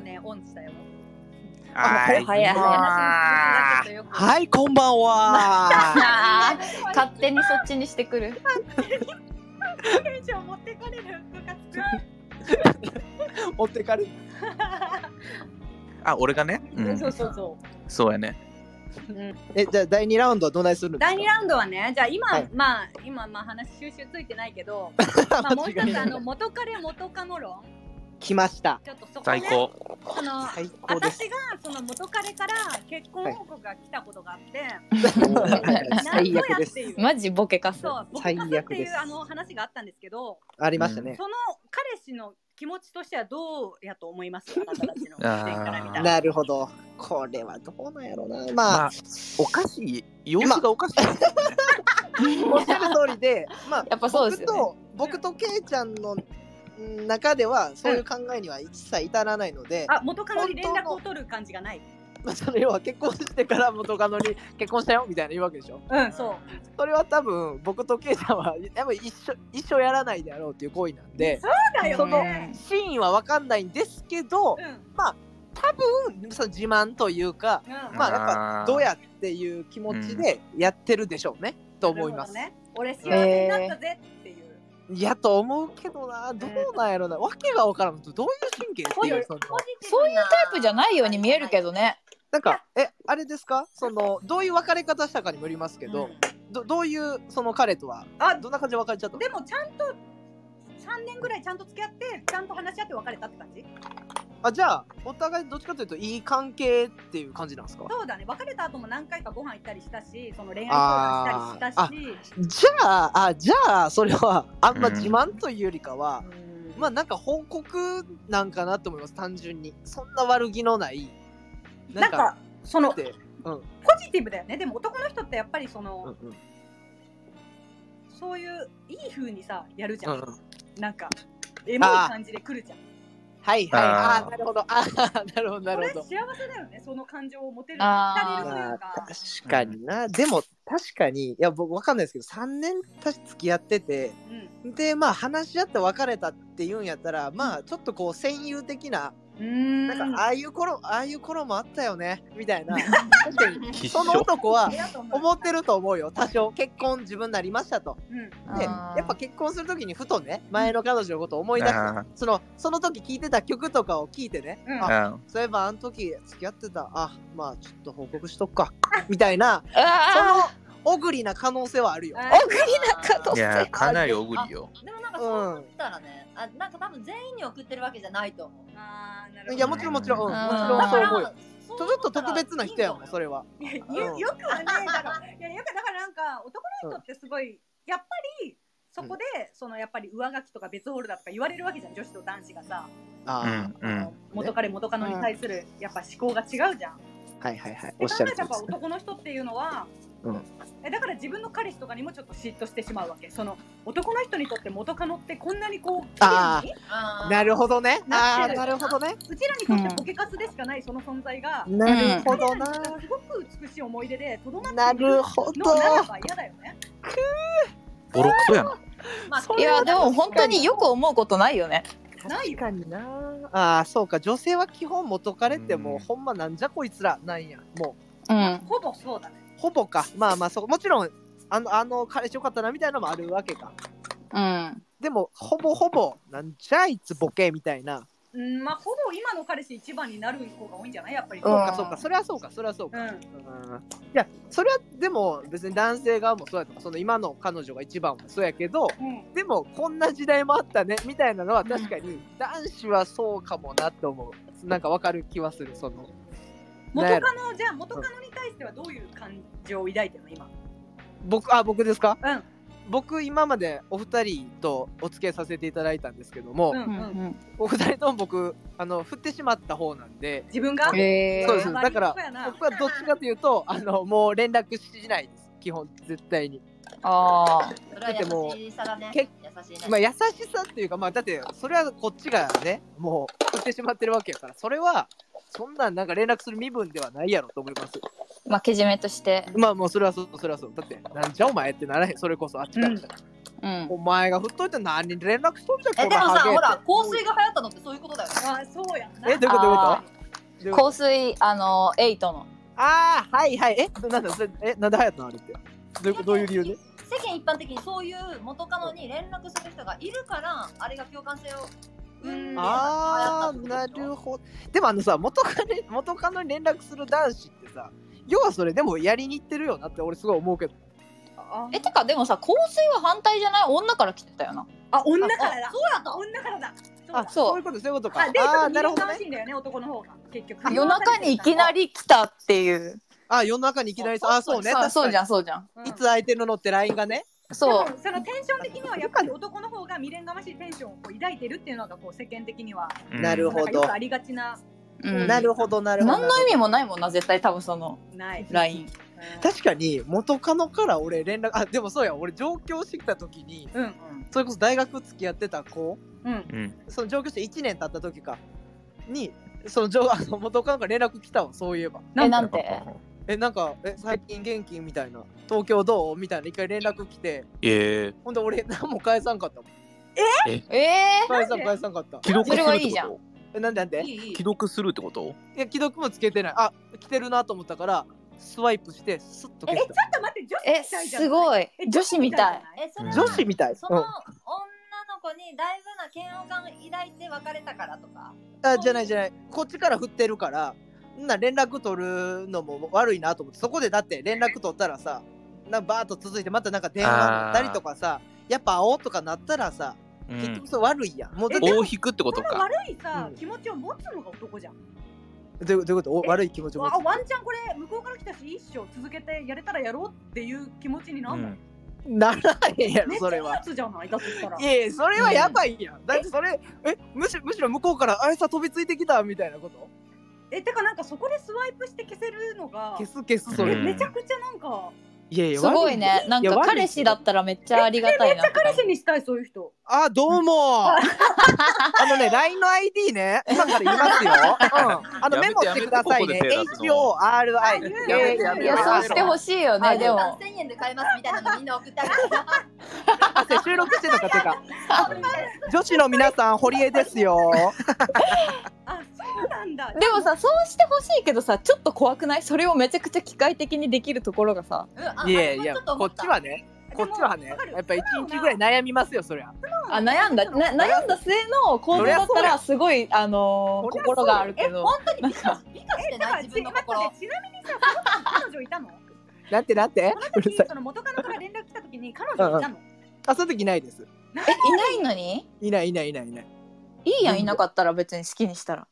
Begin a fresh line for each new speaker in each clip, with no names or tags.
ね、オンチだよ。
は
早い
は
話に続きがちょっ
い
とよく
はい、こんばん は。
あー 勝手にそっちにしてくる。
テンション持ってかれるムカつく
持ってかれる。
あ、俺がね。う。
そうんそうそ
そうやね。
う。うん
え、じゃあ第二ラウンドはどないするんですか
第2ラウンドはね、じゃあ今、
はい
まあ今まあ話収集ついてないけ ど、まあもう一つあの元彼元カノ論、
来ました。
ちょっとそこね、
最高。
その
最高で
私
す。
がその元彼から結婚報告が来たことがあって、
最悪
何ぞやっ
です。
ていう
マジボケかす。
そう、僕
最
がって
悪
い
で
う
す
あの話があったんですけど、
ありましたね。
その彼氏の気持ちとしてはどうやと思い ますあなたたちの視点から見たら。
なるほど。これはどうなんやろうな。ま
ま
あ
あ、、おかしい。様子がおかしいですよね。
おっしゃる通りで、まあ、
やっぱ そうですよね
僕と僕とケイちゃんのん中ではそういう考えには一切至らないので、
あ、元カノに連絡を取る感じがない。
まあ、その要は結婚してから元カノに結婚したよみたいな言うわけでしょ。
うん、そう。
それは多分僕とケイちゃんは多分一緒一生やらないであろうっていう行為なんで
そうだよね。
真意は分かんないんですけど
うん、
多分その自慢というか
うん。
まあやっ
あー
どうやっていう気持ちでやってるでしょうね、と思います。
なるほどね、俺幸せになったぜっていう。
いやと思うけどなどうなんやろな、わけが分からんとどういう神経っていうその
そういうタイプじゃないように見えるけ
ど。
どね。
なんかえあれですかそのどういう別れ方したかにもよりますけど、
うん
どどういうその彼とは
あ
どんな感じで別れちゃったの
でもちゃんと3年ぐらいちゃんと付き合ってちゃんと話し合って別れたって感じ
あじゃあお互いどっちかというといい関係っていう感じなんですか
そうだね別れた後も何回かご飯行ったりしたしその恋愛相談したりしたし
じゃああじゃあそれはあんま自慢というよりかは、
うん
まあなんか報告なんかなと思います単純にそんな悪気のない
なんかその
っ
ポ
て、うんうん
ジティブだよねでも男の人ってやっぱりその、
うん
そういういい風にさやるじ
う
ゃん、
んうん、
なんかエモい感じで来るじゃん
はいはい
あ
あ
ー
ーなるほどあーなるほどな
これ
るほ
幸
ど
せだよねその感情を持てる
あー
浸れるとい
ま
う
あ
か
確かにな、でも確かにいや僕わかんないですけど3年たし付き合っててでまあ話し合って別れたっていうんやったらまあちょっとこう戦友的な
うん
な
なん
かああいう頃ああいう頃もあったよねみたい な確かに
きっし
その
ょ。
男は思
思
ってると思うよ多少結婚自分になりましたと
うん
で
あー
やっぱ結婚する時にふとね前の彼女のことを思い出す
あー
そのその時聴いてた曲とかを聴いてね、
うん
あ
うん
そういえばあの時付き合ってたあまあちょっと報告しとっかみたいなそ
あ
のおぐりな可能性はあるよ。
送りなかっ
いや、かなりおぐりよ。
でもなんかそうなったらね、あなんか多分全員に送ってるわけじゃないと思う。
あーなるほど
いやもちろんもちろん、うん、
あ
も
ー
ち
ん
ろんそう思う
だ
よ
か。
ちょ
ら
っと特別な人やもんそれ
れ。
は。
いやよ
うん
よくはねえだろ。いやよくだからなんか男の人ってすごいやっぱりそこで、そのやっぱり上書きとか別ホールだとか言われるわけじゃん女子と男子がさ、
う
あ
ん、うん。
元彼元カノに対するやっぱ思考が違うじゃん。
あはいはいはい
で考えたらやっぱ男の人っていうのは、
うん
えだから自分の彼氏とかにもちょっと嫉妬してしまうわけ。その男の人にとって元カノってこんなにこう綺麗に
あー
なるほどね。あ
なって
あ
る
なるほどね。
うちらにとってポケカスでしかないその存在が。
なるほどな。
彼らにとってすごく美しい思い出でとどまって
ない
る
るほど
の。ならば嫌だよね。
ボロクソやな。
まあ
ーいやでも本当によく思うことないよね。
ないよ
確かにな。ああそうか女性は基本元彼ってもうほんまなんじゃこいつらなんやも
うん。
ほぼそうだね。
うほぼかまあまあそうもちろんあのあの彼氏よかったなみたいなのもあるわけか。
うん。
でもほぼほぼなんじゃあいつボケみたいな。
うん、まあ、ほぼ今の彼氏一番になる子が多いんじゃないやっぱり。
うん
そうかそうかそれはそうかそれはそうか。
うん
うんいやそれはでも別に男性側もそうやと思うその今の彼女が一番もそうやけど
うん
でもこんな時代もあったねみたいなのは確かに男子はそうかもなって思うなんかわかる気はするそのなん
元
やろ
カノ、じゃあ元カノに対してはどういう感情を抱いてるの今。
僕あ僕ですか
うん
僕今までお二人とお付き合いさせていただいたんですけども、
うんう
うん
ん。
うん。
お二人とも僕あの振ってしまった方なんで
自分が。
えー
そうですだから
悪い子やな
僕はどっちかというとあのもう連絡しないです基本絶対に。
あ
それは優しさだね。
け
優しいね。
まあ、優しさっていうか、まあ、だってそれはこっちがねもう売ってしまってるわけやからそれはそんなんなんか連絡する身分ではないやろと思います
あ。まあけじめとして。
まあもうそれはそうそれはそうだってなんじゃお前ってならへんそれこそあっちからしたら、
うん
お前が振っといて何に連絡しとんじゃん
えでもさほら香
水
水が流行ったのってそういうことだよね
あそうやんな
えどういうことどういうこと
あ香水あのエイトの
ああはいはいえなんだそれえなんで流行ったのあれってどういうどういう理由で
世間一般的にそういう元カノに連絡する人がいるからあれが共感性を生んで流行った
あ
っ
ー
てこと
な
でし
る
ょ
ほどでもあのさ元カノ元カノに連絡する男子ってさ要はそれでもやりに行ってるよなって俺すごい思うけど
あ
えてかでもさ香水は反対じゃない女から来てたよな
あ女から
あ
だ
そうやった
女からだそう
あ
だ
そう
そういうことそういうことか
あデー
あ
ト
ー
に
なるほど
楽
ね
しいんだよね男の方が結局
夜中にいきなり来たっていう
あ夜中にいきなりさあそうね
そう
確か
そう
に
じゃんそうじゃん
うん
いつ空いてるのって LINE がね
そう
でもそのテンション的にはやっぱり男の方が未練がましいテンションをこう抱いてるっていうのがこう世間的には
なるほど
んかよくありがちな
うん
なるほどなるほど
何の意味もないもんな絶対多分その
ない、
LINE
確かに元カノから俺連絡あでもそうや俺上京してきた時に
うんうん
それこそ大学付き合ってた子
うん
うん
その上京して1年経った時かにその上 あの元カノから連絡来たわそういえば
な
えなんんて
えなんかえ最近元気みたいな東京どうみたいな一回連絡来て
ええ
ほんで俺何も返さんかったもん
ええ
返さ
なん
ん
で
返さんかった
既読するっ
それはいい
て
じゃ
こ
ん
えなんでなんで
いいいい
と既読するってこと
いや既読もつけてないあ来てるなと思ったからスワイプしてスッと
え
消
ちょっ
した
と待って女子
え
みたいじゃ
す
い
ごい女子みたい
えそれ
え
は
女子みたい、
そうの
ん
女、の子にだいぶな嫌悪感抱いて別れたからとか
あじゃないじゃないこっちから振ってるからんな連絡取るのも悪いなと思ってそこでだって連絡取ったらさなバーッと続いてまたなんか電話だったりとかさやっぱ会おうとかなったらさ、
う
結
ん
局それ悪いやんもうだって
え
ど
大引くってこと
この
か
悪いさ、
うん
気持ちを持つのが男じゃん
ういうどういうことお
え
悪い気持ちを持
わ
つ
ワンチャンこれ向こうから来たし一生続けてやれたらやろうっていう気持ちにな
うん
の、
ん
ならへんやろ
めっち
そ
ゃ
れ
いいや
は
つじゃないだとしたら
いやいやそれはやばいやん、だってそれえむしむしろ向こうからあいつは飛びついてきたみたいなこと
えてかなんかそこでスワイプして消せるのが
消す消すそ
え
れ、
うん
めちゃくちゃなんか
いやいや
すごい
悪
ね
よ
なんか彼氏だったらめっちゃありがたいなって
彼氏にしたいそういう人
あ、どう も。あのね、LINE の ID ね、今から言いますよ。うん、あの
やめて
メモしてくださいね。
やめてここで手出す
H
の
O R
や
I。
めて
いやい
やめて
やそうしてほ
しい。
しいよ
は
ね
い
でも
3000円で買えますみたいなのみんな送ったら
あそう収録してんのかてか。女子の皆さん、堀江ですよ。
あそうなんだ
でもさそうしてほしいけどさちょっと怖くないそれをめちゃくちゃ機械的にできるところがさ
うんあ
いやいや、
あれもちょと
こ
思
っちはね、こっちはね、
でもわかる
やっぱ一日ぐらい悩みますよ、そりゃ。
あ悩んだな悩んだ末の行動だったらすごいあのー
そりゃそうだ
心があるけど
本当に美化
なん
美化して
だか
な
ら
い
ち
自分
待
の
って
心
ちなみにさその時彼女いたの
なんてなんて
その
うる
時
さい。
その元カノから連絡来た時に彼女いたの
あ、その時いないです。
えいないのに
いないいないいないいない。
いいやんいなかったら別に好きにしたら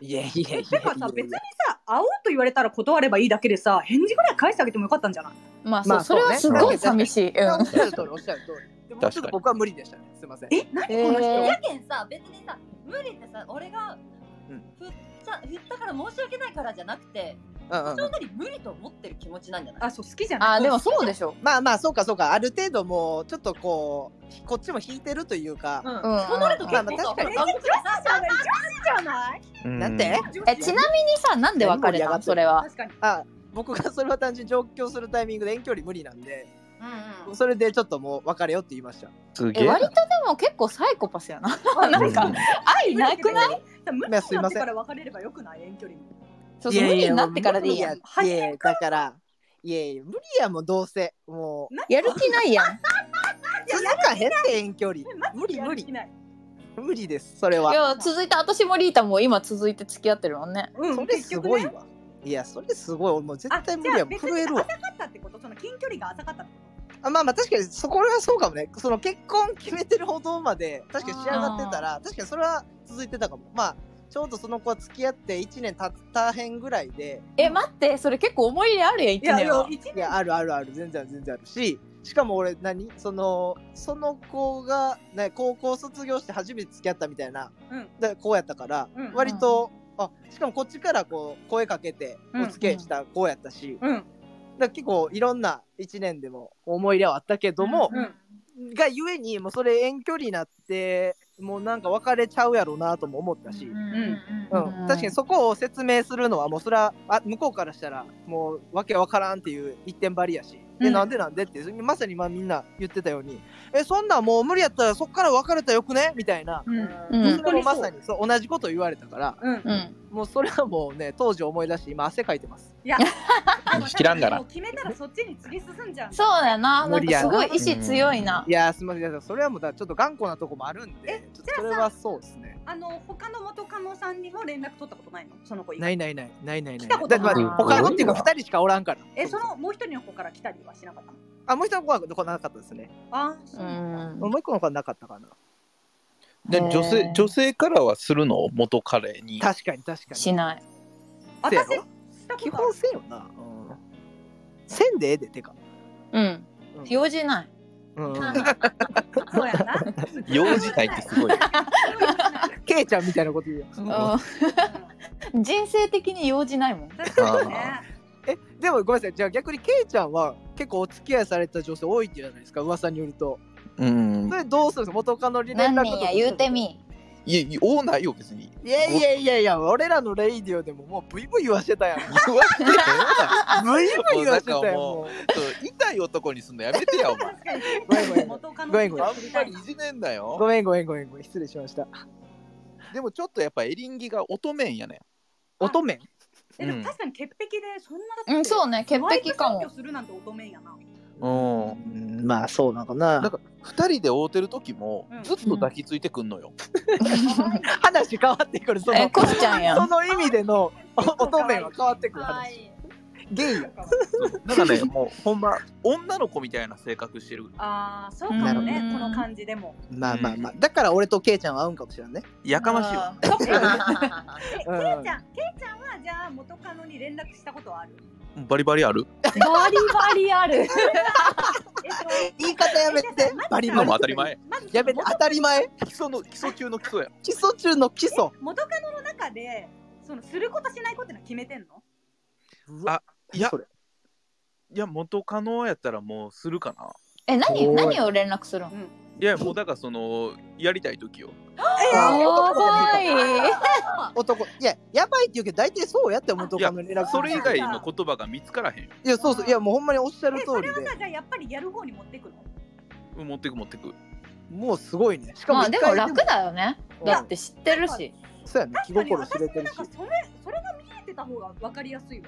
いやいやいやい
てかさ別
や
に。さ会おうと言われたら断ればいいだけでさ返事ぐらい返してあげてもよかったんじゃない
ま
ま
あそ
あ
うそれは
そ
す
うね
ごい寂しいうん
おっしゃる通り、おっしゃる通り。でもうちょっと僕は無理でしたね。すみません。
え何この人、
えー
やけんさ別にさ無理ってさ俺が
うん
振った振ったから申し訳ないからじゃなくて
うんうんうん
そんなに無理と思ってる気持ちなんじゃない
あそう好きじゃない
あーでもそうでしょ
まあまあそうかそうかある程度もうちょっとこうこっちも引いてるというか、
うん
うん
そうなると結構
まあまあ
さ
確かに
ほら
女子じゃない女子じゃない
うん
なんて
えちなみにさなんで別れたのそれは
確かに
あ僕がそれは単純に上京するタイミングで遠距離無理なんで
うんうん
それでちょっともう別れよって言いました
すげ
え
え
割とでも結構サイコパスやななんか愛なくない
い無理になってから別れればよくない遠距離も
そうそう無理になってからでいいやん
いやいやだからいやいや無理やもうどうせもう
やる気ないやん
続かへんって遠距離無理無
やる気
理
ない
無理ですそれはい
や続いた私もリータも今続いて付き合ってるもんね
うん
それすごいわいやそれすごい俺もう絶
あじゃあ
対無理やもん
別
震
に
えるわ
浅かったってことその近距離が浅かったってこ
あまあまあ確かにそこはそうかもねその結婚決めてるほどまで確かに仕上がってたら確かにそれは続いてたかもまあちょうどその子は付き合って1年経ったへんぐらいで
え待ってそれ結構思い入れあるやん一
といやい
年
や
は
一
い
年
やあるあるある全然ある全然あるししかも俺何そのその子が、ね、高校卒業して初めて付き合ったみたいな、
うん
でこうやったから、
うん
割と、あしかもこっちからこう声かけて
うん
お付き合いした子やったし、だか
うん
ら結構いろんな1年でも思い入れはあったけども、
うん
がゆえにもうそれ遠距離になってもうなんか別れちゃうやろうなとも思ったし、うん
ん
うん
確かにそこを説明するのはもうそれはあ向こうからしたらもうわけわからんっていう一点張りやしで、
うん
なんでなんでって、まさにまあみんな言ってたように、え、そんなんもう無理やったらそっから別れたらよくねみたいな。
うん
うん
それもまさにそう同じこと言われたから、
うん
う、ん
もうそれはもうね、当時思い出して今汗かいてます。
いや、
うん 知らんがな
もう決めたらそっちに突き進んじゃう。
そうだよな。な
無
ん
理
か
や
す
な
ごい意志強いな。
いやー、すみません皆さん、それはもうだちょっと頑固なとこもあるんで、ちょっとそれはそうですね。
あの他の元カノさんにも連絡取ったことないの？その子以外
ないないない、ないないな
来
い。
たことない
だってまあ他のっていうか2人しかおらんから。
え、そのもう一人の子から来たりはしなかったの？
あ、もう一人の子は来なかったですね。
あー、そううなんだ。
ん
も。う一個の子はなかったかな。
で女性女性からはするの元彼に
確かに確かに。
しない。
せや
私
ろ
したこ
基
とある
本せんよな。うん。せんでええで、てか。
うん
うん。
用事ない。
うん。
そうや な。
用事ないってすごい。
ケイちゃんみたいなこと言うよ。
う
うん
ん 人生的に用事ないもん。
確かにね。
え、でもごめんなさい。じゃあ逆にケイちゃんは結構お付き合いされた女性多いってじゃないですか、噂によると。
うん
それどうするんですか元カノに連
何
絡
人や言うてみ。
いやいや多ないよ別に
いやいやいやいや、俺らのレイディオでももうブイブイ言わしてたや ん。ブイ
言われてな
ブイ言わしてたやん。
も
もう
い痛い男にすんのやめてやお前
確かに
ごめんごめん
元カノ
ごめんごめん
あんまりいじめんな
ご
よ
めんごめんごめんごめん。失礼しました。
でもちょっとやっぱエリンギが乙女やねん
乙女
えでも確かに潔癖でそんなだって
うん、そうね。潔癖か
ワイプ占拠。
も
するなんて乙女やな。
うん
うんまあそうなのかな
だから2人で会うてる時も
うん
ずっと抱きついてくんのよ、
話変わってくるそ
え、
の
コシちゃんや
そ
ん。
の意味でのお
結構
乙
可愛い
女は変わってくる
可愛
話
いい。
ゲイや
だからねもうほんま女の子みたいな性格してる
ああそうかもね
なる
こ
ほど
の感じでも。
まあまあまあだから俺とケイちゃんは合うんかもしれんね
やかましいわ
そっ
え
か。
ケイち
うん
ゃんケイちゃんはじゃあ元カノに連絡したことはあ る？
バリバリある
バリバリある。
えっと
言い方やめて
えじゃあまず
バリ
今
バリ
も当たり前
まず
やめて当たり前
基礎の基礎中の基礎や
基礎中の基礎
元カノの中でそのすることしないことってのは決めてんの？
あいや
それ
いや元カノやったらもうするかな
え、何
おい
何を連絡するの
いやもうだからそのやりたい時よ
や
あ
ばい。
男いややばいって言うけど大体そうやって元カノに連絡す
そ
る
れ以外の言葉が見つからへんよ
いやそうそういやもうほんまにおっしゃる
え
通
そ
り
れは
で
さじゃあやっぱりやる方に持ってくの？
持ってく持ってく
もうすごいねしかも
まあ
一
で
回
も
も
楽だよね。だって知ってるし。
そうやね気
確かに
心知
私も
れてる
な
し
んかそれそれが見えてた方がわかりやすいわ。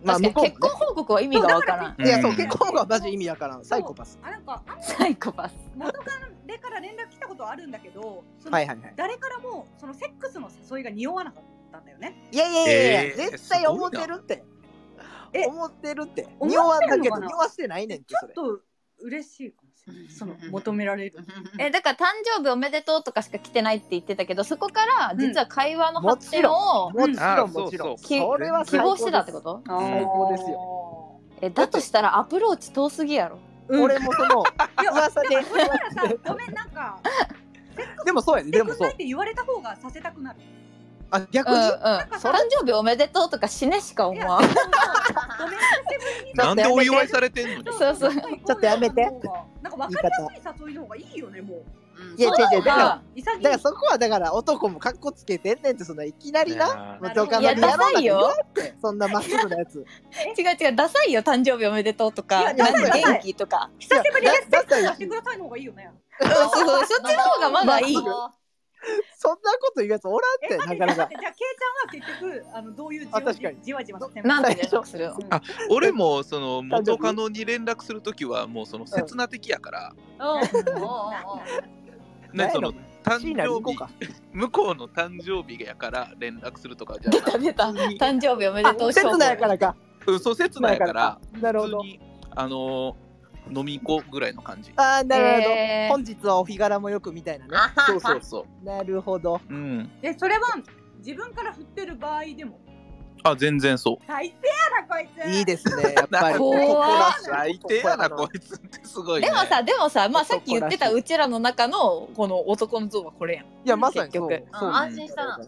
まあ
確
向こう
かに
も
結婚報告は意味がわからん。
ねいやそう
うん
結婚がマジ意味やからんサイコパス
あなんかあん
サイコパス。
元カノでから連絡来たことはあるんだけど、その
はいはいはい
誰からもそのセックスの誘いが匂わなかったんだよね。
いやいやいや
えー
いや、絶対思ってるって。
え
思ってるって。
思ってんのかな
匂わんだけど、匂わしてないねんって
ちょ
そ
っ
れ。
と嬉しいかもしれない。その求められる。
えだから誕生日おめでとうとかしか来てないって言ってたけどそこから実は会話の発展を
もち
う
ろん
ん
もちろ
あー
ん。
そうそう
それは
希
最高で
望
す
してたってこと
最高ですよ。
よ。
えだとしたらアプローチ遠すぎやろ
うん
俺もその
いや
噂で。
そしたらさ、ごめんなん か、
でもそうやね。で
で
も
も
そ
そうっ。て言われた方がさせたくなる。
あ逆
うんうん
に。
誕生日おめでとうとか死ねしか
い
思
や、
わん
そうそうごめん久しぶりに
なんでお祝いされてんのに
そうそう
ちょっとやめて。
なんか分かりやすい誘いの方がいいよね、もう。
いや違う違うだか
あ
ら
潔い。
だからそこはだから男も格好つけてんねんってそんないきなりな。
な
や
元カノにやろうなんて言わんってそんなまっすぐなやつ。
違う違うダサいよ誕生日おめでとうと
い
か
や
なん
ダ
か
サい
元気とか
久しぶりです。
だだった
や
ら
ってくださいの方がいいよね。
うんそうそうそっちの方がまだいい
そんなこと言うやつお
え、
らん
待
って
って、
な
待
かな
っ
か
て。じゃあ、ケイちゃんは結局、あの、どういうじ
あ
わ
確
じ
か
わ
に
じわじわの
なん
だ
て
よ
連絡する
うん
俺もその元カノに連絡する時はもうその刹那的や から、ねその誕
シーナに行こ
生
う
日
か。
向こうの誕生日やから連絡するとかじゃな
出
い
た出た誕生日おめでとう
あ、切
証拠
なやからか。
うんそう刹那やから
なるほ
普通
ど。
にあのー飲み行こうぐらいの感 じ
あーなるほど。
えー
本日はお日柄もよくみたいなね。
そうそうそ
なるほど。
ううん
え、それは、自分から振ってる場合でも。
あ全然そう
最低やな、こいつ。
いいですね、やっ ぱり。
怖っ
最低やなこいつってすごい、ね、
でもさでもさまあさっき言ってた
男らし
うちらの中のこの男の像はこれやん
いや、まさにそう。
結
局
そう
うん安心したな。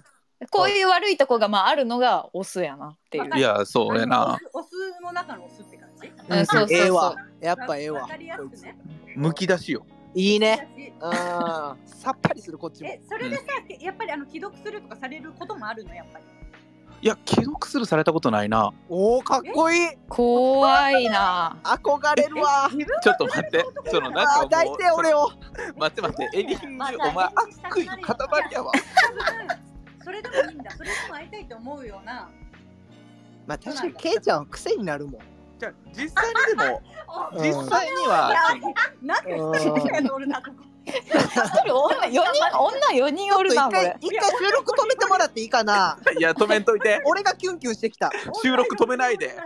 こういう悪いとこがまああるのがオスやなっていう
わか
いやそうやな
あの。お酢お酢の中のお酢って感じ。
うんそうそうそう
ええわ。やっぱええわ
わかりや。すくね。
むき出しよ
いいね。
私
うん。さっぱりする、こっちも
え。、それでさ、やっぱりあの既読するとかされることもあるの、やっぱり。
いや既読スルーされたことないな
おおかっこいい
怖いな。
憧れるわ
ちょっと待ってその
あ
な
ー
んか
抱
も
いうて俺
そ
を
の待って待ってエリン
ま
ギ
た
お前悪意の塊やわ
それでもいいんだそれでも会いたいと思うような
まあ確かにケイちゃんは癖になるもん
じゃあ実際にでも
あ
うん
実際に
いや
は
なんで一人で乗るなとか
一人女四人女四人おる
一
なこ
回
れ。
一回収録止めてもらっていいかない
や止めんといて
俺がキュンキュンしてきたち
収録止めないで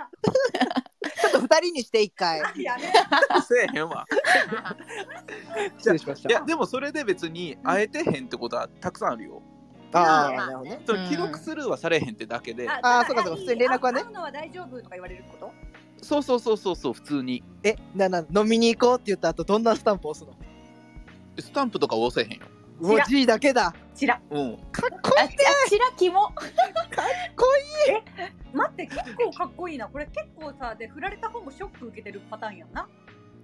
ょっと二人にして一回
や め
せえへんわ
失礼しまし
いやでもそれで別に会えてへんってことはたくさんあるよ
ああなるほどね
そうの
ん
記録スルーはされへんってだけで
あーそうかそうか普通に連絡はね
会うのは大丈夫とか言われること
そうそうそうそうそう普通に
えなな飲みに行こうって言った後どんなスタンプ押すの
スタンプとか押せへんよ
うお
ら
G だけだ
ちら
うん
かっこ
あ、あちらきも。
待って結構かっこいいなこれ結構さで振られた方もショック受けてるパターンやんな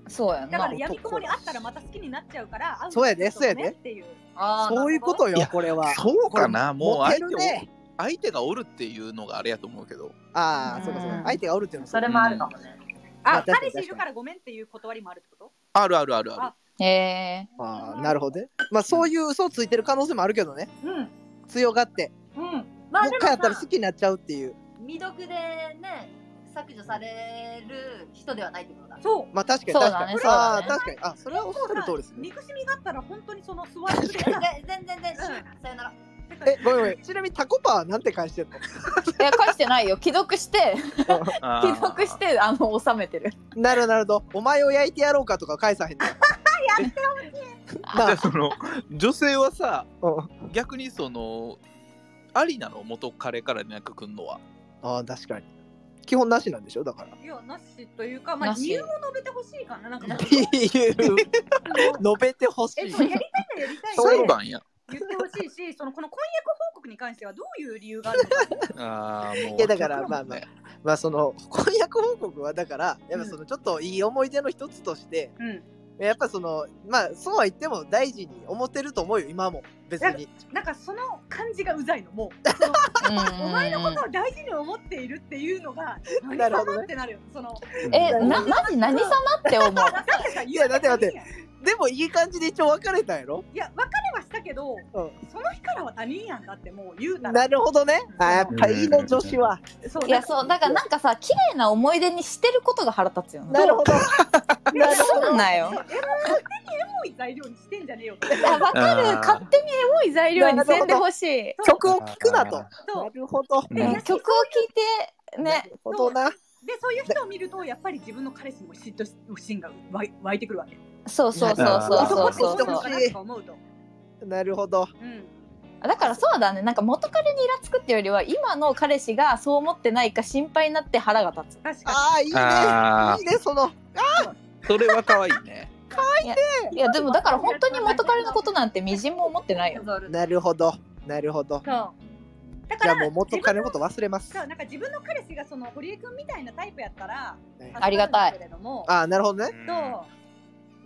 そうや
だから
な。
やみこもに会ったらまた好きになっちゃうから会
そうやでそうやで
ねっていう
あー
そういうこと
い
よ
や
これは
そうかなもう
モテ
相手
る
を
ね
相手がおるっていうのがあれやと思うけど
ああ
うん
そうかそうか相手がおるっていうのも
それもあるかもね。
ま
あ
あ確か
彼
に
氏いるからごめんっていう断りもあるってこと
あるあるあるある
ええ
ああなるほどねまあそういう嘘をついてる可能性もあるけどね
うん
強がって
うん
まあ
もう
で
一
も
回やったら
さ
好、きになっちゃうっていう
未読でね、削除される人ではないってことだ。
そう
まあ確かに
そう
確
だ
か
ね
に、
そう
あ
だ
あ
ね
確かにあそれはおっしゃる通りですね
憎しみがあったら本当にその座りで
全然全然、全然さよなら。
えごめんごめんちなみにタコパはなんて返してんの
いや返してないよ。既読して
あー
既読してあの収めてる。
なるほどなるほどお前を焼いてやろうかとか返さへんのや
ってじゃあ
な
その女性はさ
あ
逆にそのありなの元彼から連絡くんのは
ああ確かに基本なしなんでしょだから
いやなしというかまあ
なし
理由を述べてほしいかななんか
っていう述べてほし
え
い
そうやりたいならやりたい
そう
裁
で
判や
言ってほしいしそのこの婚約報告に関してはどういう理由があるのか
あーもう
いやだから
わけわんない
まあその婚約報告はだからやっぱそのちょっといい思い出の一つとして
うん
やっぱそのまあそうは言っても大事に思ってると思うよ今も別に
なんかその感じがうざいのも
うんうん
う
うん
お前のことを大事に思っているっていうのが何
なるほどね
様ってなるよその
え、な、マジ何様って思う。
だってさ
いやだって待って
言うの他人やん
でもいい感じで一応別れたんやろ
いや別れはしたけど、
ん
その日からは他人やんだってもう言うたら
なるほどねあーやっぱいいね
うん
女子はい
そう
いやそうだからなんかさ綺麗な思い出にしてることが腹立つよね
なるほど
なるほど
すんなよ
そうエモい勝手にエモい材料にしてんじゃねえよと
あわかる
あー
勝手にエモい材料にせんでほしい
そう
曲を聴くなと
あ
そう
なるほど
ー
うん曲を聴いて
な
ね
るほどな
でそういう人を見るとやっぱり自分の彼氏にも嫉妬心が湧い湧いてくるわけ
そうそうそうそう
あ
そう
男
そ
っ
う
て
男
どうなのか
とし
なとか思うと、
なるほど
うん、
だからそうだねなんか元彼にイラつくっていうよりは今の彼氏がそう思ってないか心配になって腹が立つ
確か
ああいいね
あ
いいねその
ーそれは可愛いね
いやでもだから本当に元彼のことなんてみじんも思ってないよ
なるほどなるほど
にそうだか
じゃあ
ら
もう元彼のこと忘れます
自分のそうなんか自分の彼氏がその堀江君みたいなタイプやったら
ね
ありがたい
助かるんだけれども
ああなるほどね
そう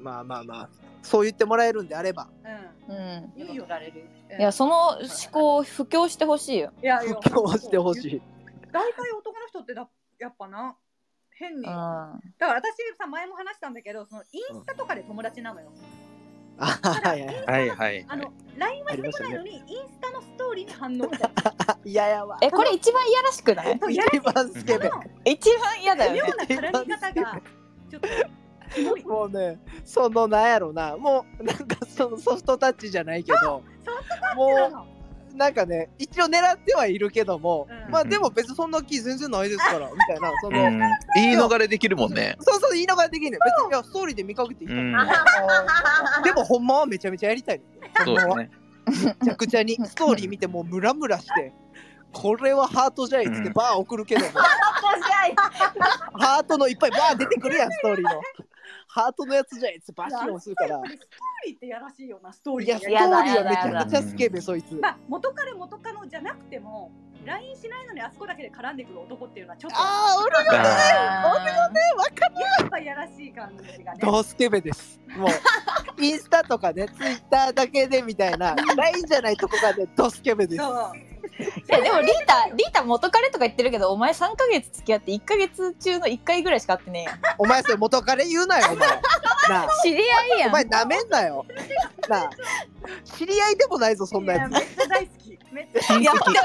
まあまあまあそう言ってもらえるんであれば
う
うん
んいいよ
られる。
うん
いやその思考を布教してほしいよ
いやいや
布教はしてほしい
大体男の人ってだやっぱな変に
う
だか
んあ
ら私さ前も話したんだけどそのインスタとかで友達なのよ、
あはいはいはい
はいはい
あの LINE はしてこないのに、インスタのストーリーに反応しちゃった
嫌やわ
えこれ一番いやらしくない
そうやら
一番スケベ
こ
一番嫌だ
の
よ
妙
ね
な絡み方がちょっとキモいそう
もうねそのなんやろなもうなんかそのソフトタッチじゃないけど
な
も
の
うなんかね一応狙ってはいるけども
うん
まあでも別にそんな気全然ないですからみたいなその、
うん言い逃れできるもんね
そうそう言い逃れできんねん別にいやストーリーで見かけていいと
う
思うんでもほんまはめちゃめちゃやりたいね
そうですね
めちゃくちゃにストーリー見てもうムラムラしてこれはハートじゃいっつってバー送るけども、ハートのいっぱいバー出てくるやんストーリーのハートのやつじゃいっつってバシン押するから
ストーリーってやらしいよなストーリ
い
ー
や
っ
ス
て
トー
や
リ
らし
ー
い
は
やだ
め
やだ
ちゃくちゃスケベそいつ
まあ元彼元カノじゃなくても LINE しないのにあそこだけで絡んでくる男っていうのはちょっとや
あーおるよね
あー
わかる
っぱやらしい感じがね
ドスケベですもうインスタとかね、ツイッターだけでみたいな、LINE じゃないとこがね、ドスケベです。
そう
やでもリータリータ元彼とか言ってるけどお前3ヶ月付き合って1ヶ月中の1回ぐらいしか会ってねえやん
お前それ元彼言うなよ、お前。なあ、
知り合いや
お
ん
前なめんなよ。なあ、知り合いでもないぞ、そんなや
いやめっちゃ大好き。めっちゃ
いやでもで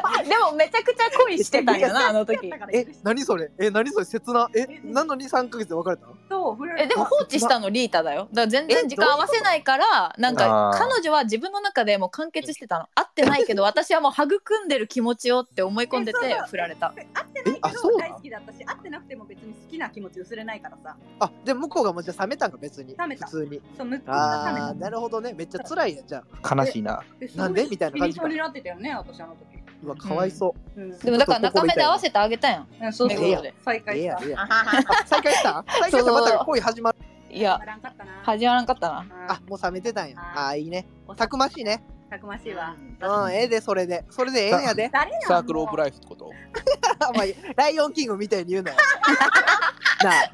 もめちゃくちゃ恋してたんやなあの時
だから
つ。え、何それえ、何それ切な。え、なのに3ヶ月で別れたの
そう振られ
え
た
でも放置したのリータだよだから全然時間合わせないからなんか
あー
彼女は自分の中でもう完結してたの会ってないけ ど私はもう育んでる気持ちをって思い込んでて
えそうそう
振られた
会ってない
えあ
け
そう
ど
なの
大好きだったし会ってなくても別に好きな気持ち薄れないからさ
あ、でも向こうがもうじゃあ冷めたんか、別に。
冷めた
普通に。
そう向こう
あ
が
あ、なるほどね。めっちゃ辛いやん、じゃあ。
悲しいな。
冷めて
なんでみたいな感じ
気にそうになってたよね私あの時
うわ、かわいそう。
うん
でもだから仲間で合わせてあげたやん
うんそう
ええ
そ
やん
う再
ええ
会し
や
た
ん、ええやん。
あ
あ再開 した再開したまた恋始まる。
いや
ならんかったな
始まらんかったな
あ、もう冷めてたんや。
あー
ああー、いいね。
うん
たくましいね。
たくましいわ
うん、ええで、それで。それでええんや で。
誰なん
サークルオブライフってこと
お前、ライオンキングみたいに言うなよ。 なあ。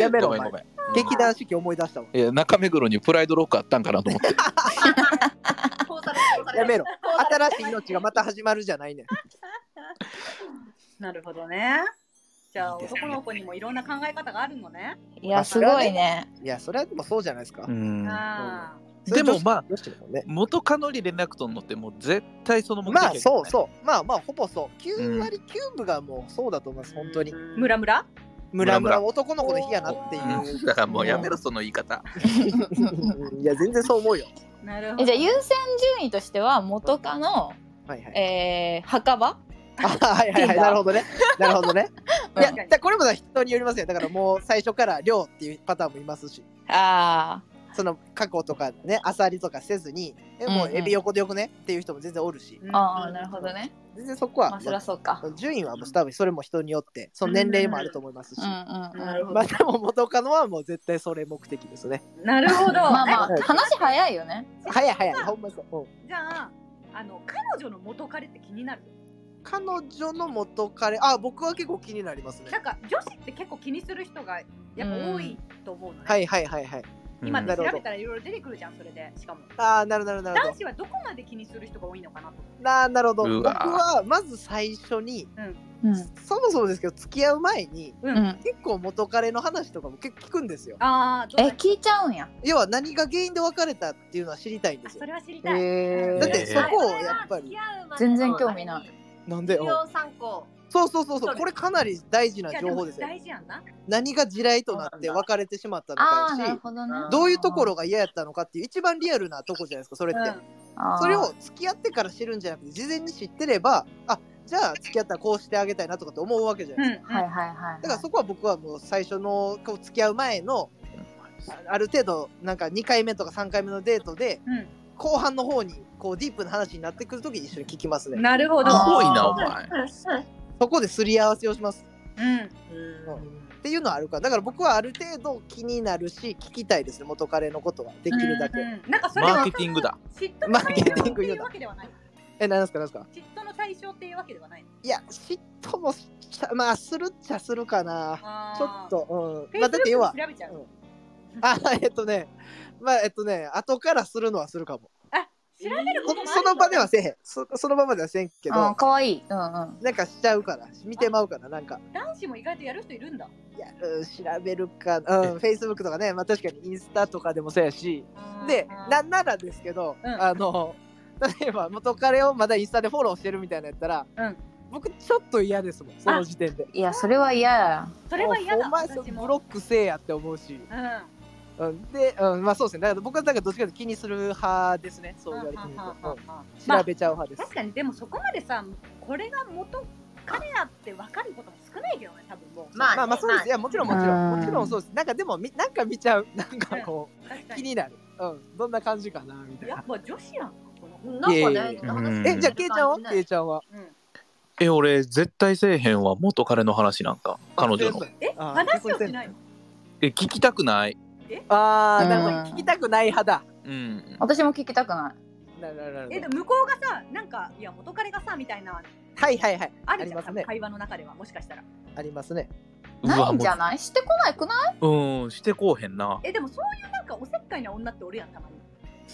やめろ、
ご
お
めん
前
ご。めん。
劇団四季思い出したわ。
いや中目黒にプライドロックあったんかなと思って。
こうされるこう され
や
る
めろ。新しい命がまた始まるじゃないねん。
なるほどねじゃあ男の子にもいろんな考え方があるのね
いやすごいね
いや、それはでもそうじゃないですか。
あ
それ
でもまあ
女子女子だもんね。
元カノに連絡取るのってもう絶対その目的
まあ
やけどね
そうそうまあまあほぼそう9割9分がもうそうだと思います本当に
ームラムラ
ムラムラ男の子の日やなってい
うんだからもうやめろその言い方。
う うんいや全然そう思うよ
なるほ
え
ど
じゃあ優先順位としては元カノ、
はいはい
えー、墓場
あはいはいはい
Tinder
なるほどねなるほど ねいや
うん
だからこれもだ人によりますよだからもう最初から量っていうパターンもいますし
あ
その過去とかねあさりとかせずにえもうエビ横でよくねっていう人も全然おるし
ーあーなるほどね
全然そこは
まあそりゃそうか
もう順位はもう多分それも人によってその年齢もあると思いますし
うんうんなるほど
まあでも元カノはもう絶対それ目的ですね
なるほど
まあま
は
あ
い
話早いよね
早い早いほんまそううん
じゃああの彼女の元彼って気になる
彼女の元彼あ僕は結構気になりま すね
なんか女子って結構気にする人がやっぱ多いと思うのね、
はいはいはいはい
今っ
な
て調
るほど
べたらいろいろ出てくるじゃんそれでしかも
ああなるほどなるほど
男子はどこまで気にする人が多いのかなと
ななるほど
う
僕
わ
はまず最初に
うん
そもそもですけど付き合う前に
う
うん
結構元彼の話とかも結構聞くんですよ
ああどう
え
だ
聞いちゃうんや
要は何が原因で別れたっていうのは知りたいんで
あ
す
そ
よ
れは知りたい、
だ
ー
ってそこをやっぱり
全然興味ない
なんで
で
うん
参考
そうそうそうそう
そうです
これかなり大事ない
や
情
で
報
も
ですよ
大事やんな
何が地雷となって別れてしまったの
あ
か
あな
や
る
し
ほどね
どういうところが嫌やったのかっていう一番リアルなとこじゃないですかそれって、それを付き合ってから知るんじゃなくて事前に知ってればあじゃあ付き合ったらこうしてあげたいなとかって思うわけじゃ
う
なんいですか、
うん
はいはいはい
だからそこは僕はもう最初のこう付き合う前のあある程度なんか2回目とか3回目のデートで
う
後半の方にこうディープな話になってくるときに一緒に聞きます
ん、
ね
なるほど
あ
多いなお前。
そこですり合わせをします
うん
っていうのはあるからだから僕はある程度気になるし聞きたいですね元彼のことはできるだけ、
うんうんなんかそれ
マ
は
ーケティングだ。
嫉妬
マ
の
ー
対
ケ
象
ティン
っ
グ
て
言
いうう
な
わけではない
え何ですか何ですか
嫉妬の対象っていうわけではない
いや嫉妬もしまあするっちゃするかな
あー
ちょっとうんまあ
Facebook
だって要は
で調べちゃう、
うんあ、 えっとね、まあ、えっとね、後からするのはするかも。
調べるこ
そ
ともある
その場ではせえへん。そその場まではせんけど、
あー可愛いうんうん
なんかしちゃうから、見てまうから、なんか、
男子も意外とやる人いるんだ
いや、うん調べるかな、うん、Facebook とかね、まあ確かにインスタとかでもそうやし、で、なんならですけど、
うん
あの、 例えば元彼をまだインスタでフォローしてるみたいなやったら、
うん
僕ちょっと嫌ですもん、その時点で。
いやそれは嫌や
それは嫌だ
お前それ
私
ブ
も
ロックせえやって思うし。
うん
うん、で、うん、まあそうですね。だから僕はなんかどっちかというと気にする派ですね。そう言われてみる
は
と。
はは
うん
はま
調
あ
べちゃう派です。
確かにでもそこまでさこれが元彼やって分かることも少ないけどね多分もう
まあ
まあまあそうです。いやもちろんもちろ
うんん
もちろんそうです。なんかでもみなんか見ちゃうなんかこ
確
う
か
気
に
になる。うん。どんな感じかなみたい
や
な
っ。ぱ女子やんこの
なんかね、
うん
えじゃあケイちゃんはケイちゃんは
うん
え俺絶対せえへんは元彼の話なんか彼女の。。
え
あ
話をしないの
え聞きたくない。
あ
う
あ
ん
なるほど聞きたくない派だ。
うん。
私も聞きたくない
なるほどなるほど
えでも向こうがさなんかいや元彼がさみたいな
はいはいはい。
あるじゃ
ありま
ん、
す
多
ね
分会話の中ではもしかしたら
ありますね。
う
ない
わ
ん
も
じゃないしてこないくな
ううんしてこうへんな
えでもそういうなんかおせっかいな女っておるやんたまに
い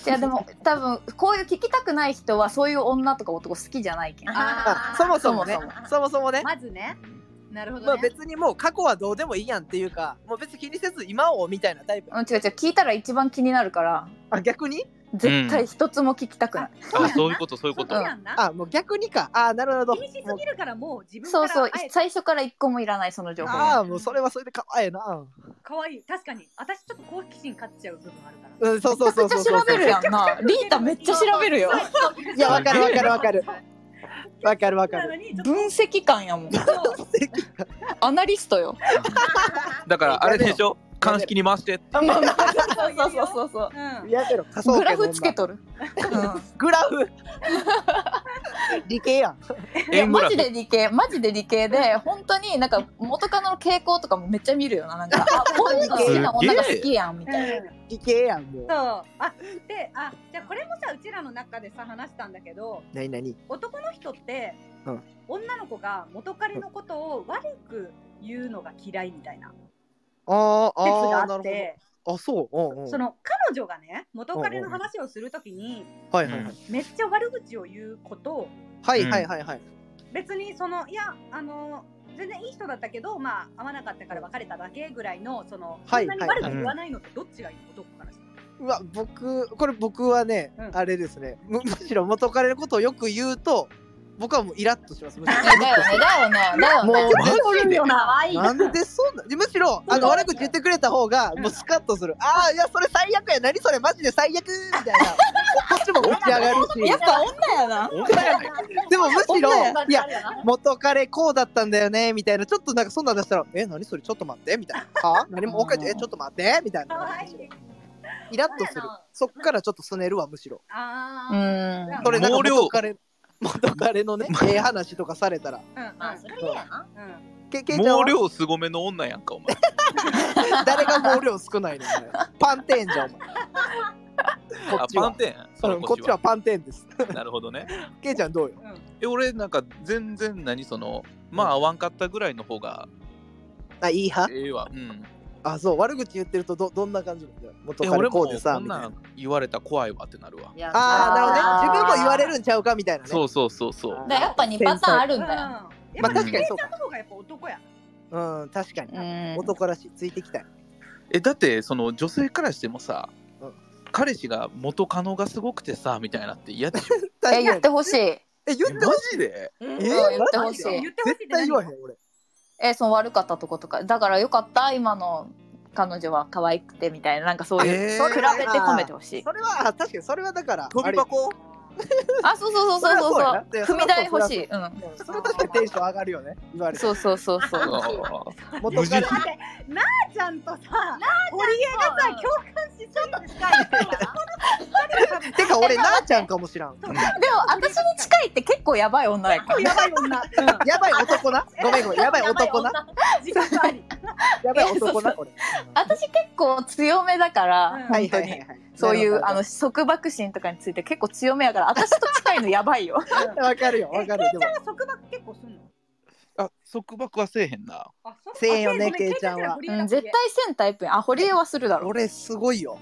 いやでも多分こういう聞きたくない人はそういう女とか男好きじゃないけん
あ
あそもそもね
そも
そも
そもそもね
まずねなるほど、ね
まあ別にもう過去はどうでもいいやんっていうかもう別に気にせず今をみたいなタイプ
うん違う違う聞いたら一番気になるから
あ逆に
絶対一つも聞きたくない、
あそういうことそういう
そ
こ
う
と
やんな
あもう逆にかあなるほど
気にしすぎるからもう自分
そう
か
そう
らあえて
最初から一個もいらないその情報
ああもうそれはそれで可愛いな
可愛い確かに私ちょっと好奇心勝っちゃう部分あるから
うんそうそう
め
そう
っち
そ
ゃ
うそう
調べるやんなリータめっちゃ調べるよ
いやわかるわかるわかるわかるわか
なの
る
にちょっと
分析官やもんアナリストよ
だからあれでしょ鑑識に回して
そう そうそうそうそ
うん
やめろ仮
う
想
グラ
研の
フつけ
女
とる、う
グラフ理系やん
ん、いや
円グラ
マ
フ
ジで理系マジで理系で本当になんか元カノの傾向とかもめっちゃ見るよななんか あこういうの好きな女が好きやんみたいな
うん
理系やんもう
そうあであじゃあこれもさうちらの中でさ話したんだけど
何何
男の人って、
うん
女の子が元彼のことを悪く言うのが嫌いみたいな
あー
説が
あー
あ
な
っ
る
て
ほどあそううんうん
その彼女がね元彼
う
の
んうん
話をするときに
はいはいはい
めっちゃ悪口を言うこと
はいはいはいはい
別にそのいやあの全然いい人だったけどまあ合わなかったから別れただけぐらいのその、
はい
そんなに悪く言わないのってどっちがいい男からしたら
うわ僕これ僕はね、
うん
あれですねむむしろ元彼のことをよく言うと僕はもうイラッとしますむし
だよねだよねだ
ろ
よね
もう
いよな。
全なんでそんなむしろあの悪口言ってくれた方がもうスカッとするああいやそれ最悪や何それマジで最悪みたいなこっちも持ち上がる
や
し
っぱ女やな
女やない
でもむしろ
女
いや元彼こうだったんだよねみたいなちょっとなんかそんなん出したら「え何それちょっと待って」みたい な「は何もおかしいえちょっと待って」みたい
可
な
愛い
イラッとするそっからちょっとすねるわむしろ
あ
う
ー
ん
それなんか
毛量
元彼元 彼のねええ話とかされたら
うんうん
まあ、それ嫌やな。
うん
けけいちゃん
毛
は
量すごめの女やんかお前
誰が毛量少ないのお前 パンテーンじゃんお前こ
あ
っち
パン
は
テンそ
うん
の
こっちはパンテーンです
なるほどね
けいちゃんどうよ
え俺なんか全然何そのまあ合わんかったぐらいの方が
あいい派
ええわうん
あそう悪口言ってるとどどんな感じなんだよ元
え
彼
俺
こ
も
うでさ
こん
みたい
な
なん
言われたら怖いわってなるわ
いや
あーなるほどね
あー
自分も言われるんちゃうかみたいなね
そうそうそうそう
だからやっぱ2パターンあるんだよ。
うん
まあ
やっぱ
確かにそうか
の方がやっぱ男や
うん確かに
うん
男らしいついてきたい
えだってその女性からしてもさ、
うん
彼氏が元カノがすごくてさみたいなって嫌でしょ
え
確
言
か
っ
に
てほしい。
え言って
マ
ほしい
ジで
え
うん言ってほしい
マジ
言
で
ってほしい
絶対言わへん俺
えその悪かったとことかだからよかった今の彼女は可愛くてみたいななんかそういう、
え
ー
比べて褒めてほしい。
それはあ確かにそれはだから
飛び箱
あそうそうそうそうそう
そりゃそ
そう
うやな
踏み台欲しい。うん
あ。れうんそれは確かにテンション上がるよね言われて
そうそうそうそう。
元
無慈悲
彼
待ってなあちゃんとさ堀江がさ共感しすぎるしか
てか俺なあちゃんかもしらん
そう
でも私に近いって結構やばい女やから。
やばい女
やばい男なごめんごめんやばい男な
自覚あり
やばい男な俺
私結構強めだから、
うん
は
本
い
当
は
に、
いはいはい
そういう
な
あ
る
の束縛心とかについて結構強めやから私と近いのや ばいよ。
ほどわかるよわかるよでも
束縛結構すんの
あ束縛はせえへんな
あそう
せえよ
あ
ね
ごめ
けいちゃんは
けいち
う
ゃ
ん
んじゃ
絶
な
対せんタイプやんあ堀江はするだろ。
俺すごいよ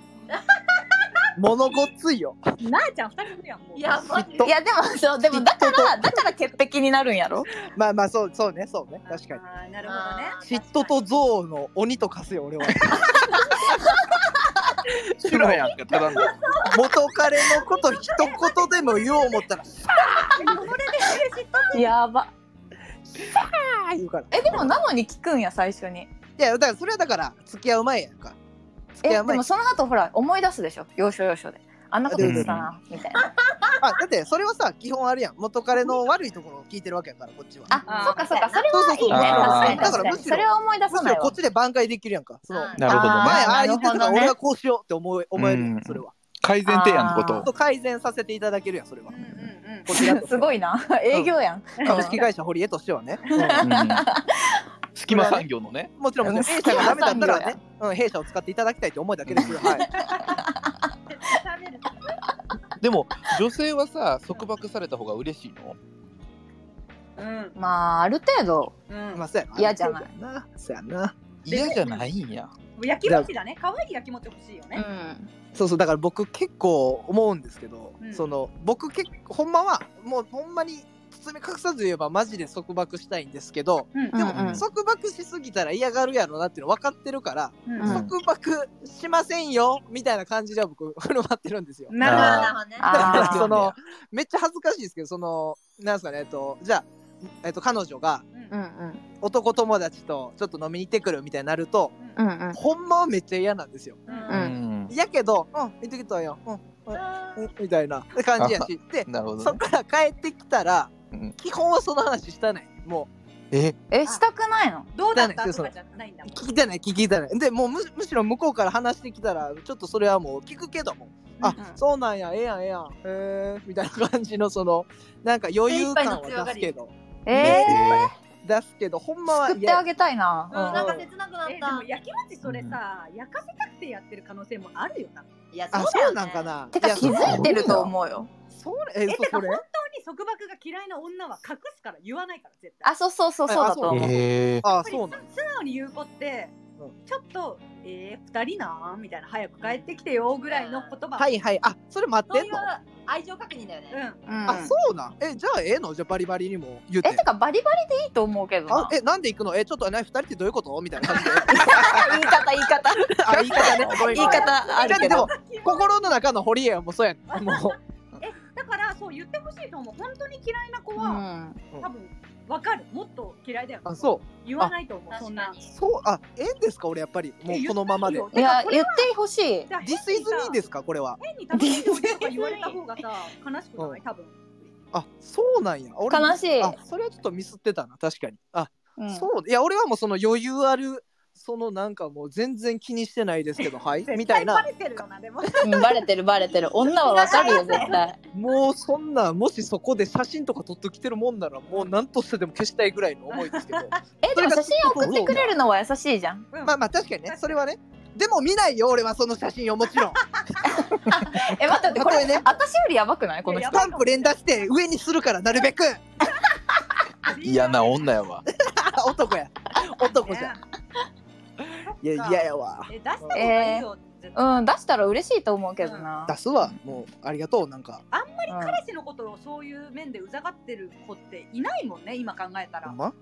物ごっついよ
いなあちゃん二人いるやんもう
いや、マジ
いやでもそう でもだからだから潔癖になるんやろ。
まあまあそうそうねそうね確かに
あーなるほどね
嫉妬と憎悪の鬼と化すよ俺は
白やんかただ の
元彼のこと一言でも言おう思ったら
それで嫉妬
やば。
ああ言うから
えでもなのに聞くんや最初に。
いやだからそれはだから付き合う前やんか付
え
き合
で
う前
もその後ほら思い出すでしょ要所要所で。あんなこと言ってたなみたいな。
あだってそれはさ基本あるやん元彼の悪いところを聞いてるわけやからこっちは
あ
あ
そうかそうかそれ
そうそう
はいい
そう
ね
あー
確かに
だ
確
から
か
むし
にそ
ろ
れは思い出
む
さ
し
な
ろ
い
こ
わ
っ。ちで挽回できるやんかその
うん
なるほどね
前ああ
ー
言ってたから俺
なる
は
ほどね
こうしようって思え思えるや
うんん
それは
改善提案のこ
ちょっ
と
と改善させていただけるやんそれは
うんうんうん
こちらと
すごいな営業やん。
株式会社堀江としてはね、う
うん隙間産業のね
んもちろんもちろん弊社がダメだったらね、うん、弊社を使っていただきたいと思うだけですよはい
喋る
でも女性はさ束縛された方が嬉しいの
ううん
まあある程度
うん
まあ、そうやな。
嫌じゃない
な。そうやな。
嫌じゃないんや。
焼き餅だね可愛い焼き餅欲しいよね、
そうそう、だから僕結構思うんですけど、
うん
その、僕結構、ほんまは、もうほんまに包み隠さず言えばマジで束縛したいんですけど、
うん
でも、
うんうん
束縛しすぎたら嫌がるやろなっていうの分かってるから、
うん
うん
束縛しませんよみたいな感じでは僕 振る舞ってるんですよ。
なるほど
なるほどね
あ
だ
ー
からそのめっちゃ恥ずかしいですけどそのなんですかねえっとじゃあ、えっと、彼女が
うんうん
男友達とちょっと飲みに行ってくるみたいになると
うんうん
ほんまはめっちゃ嫌なんですよ。
うん
う
うん
ん。
やけど「うん行ってきたんよ」うん
あ
うんみたいな感じやしで
なるほど
そっ
ね。
から帰ってきたら
うん
基本はその話したないも
え、
えしたくないの
どうだったとかじゃないんだ
う聞きたない聞きたないでもうむむしろ向こうから話してきたらちょっとそれはもう聞くけどもあ
うん
そうなんやええやんええやんへえみたいな感じのそのなんか余裕感は出すけど
え
え
え
出すけどほんまは
作ってあ
嫌
げたいな
ーうんなんか
うん
切なくなっ
えでも
た
焼き餅それさ、焼かせたくてやってる可能性もあるよな本
いや
あ
だ
そ
よ
うなんか
ね
な
てか気づいてると思うよ
それえ
え
そそれ
当に束縛が嫌いな女は隠すから言わないから絶対
あそうそうそうそうだと
あ
ー、
そう
思う
えー、
あ
やっぱり
そうなん
素直に言う子って、
う
ちょっと「えー、二人なん?」みたいな「早く帰ってきてよ」ぐらいの言葉、
はいはいあそれ待っ
そ
て
うんいう
の
愛情確認だよ
う
ね
ん、
うん
あそうなんえじゃあええのじゃあバリバリにも言っ
え
て
てかバリバリでいいと思うけど
あ
な
えなんで行くのえちょっとね二人ってどういうことみたいな感じで
言い方言い方
あ言い方ねごめん
言い
ごめん
方あるけ
じゃ
ど
あでも心の中の堀江はもうそうやねもう
だからそう言ってほしいと思う本当に嫌いな子
う
は、
ん
多分わかるもっと嫌いだよ
あそう
言わないと思うそ
確
ん
か
な
に
そうあええんですか俺やっぱりもうこのままで
いや言ってほしい
「
This is me」ですかこれは
変に楽しんでほしいとか言われた方がさ悲しくない多分
あそうなんや俺
悲しい
あそれはちょっとミスってたな確かにあ、
うん
そういや俺はもうその余裕あるそのなんかもう全然気にしてないですけどはいみたい
絶対バ
な
レてるよなでも
うんバレてるバレてる女はわかるよ絶対
もうそんなもしそこで写真とか撮っときてるもんならもう何としてでも消したいぐらいの思いですけど
えでも写真送ってくれるのは優しいじゃん
まあまあ確かにねそれはねでも見ないよ俺はその写真をもちろん
え待って待ってこ
これ
れ
ね
私よりやばくないこの
いや
人
やば
パンプ連打して上にするからなるべく
嫌な女やわ。
あ男や男じゃんいや嫌
や
やわ
え出した方がいいよ絶対
うん出したら嬉しいと思うけどな
出すわもうありがとうなんか
うん
彼氏のことをそういう面でうざがってる子っていないもんね今考えたら
ほん
やっ
ま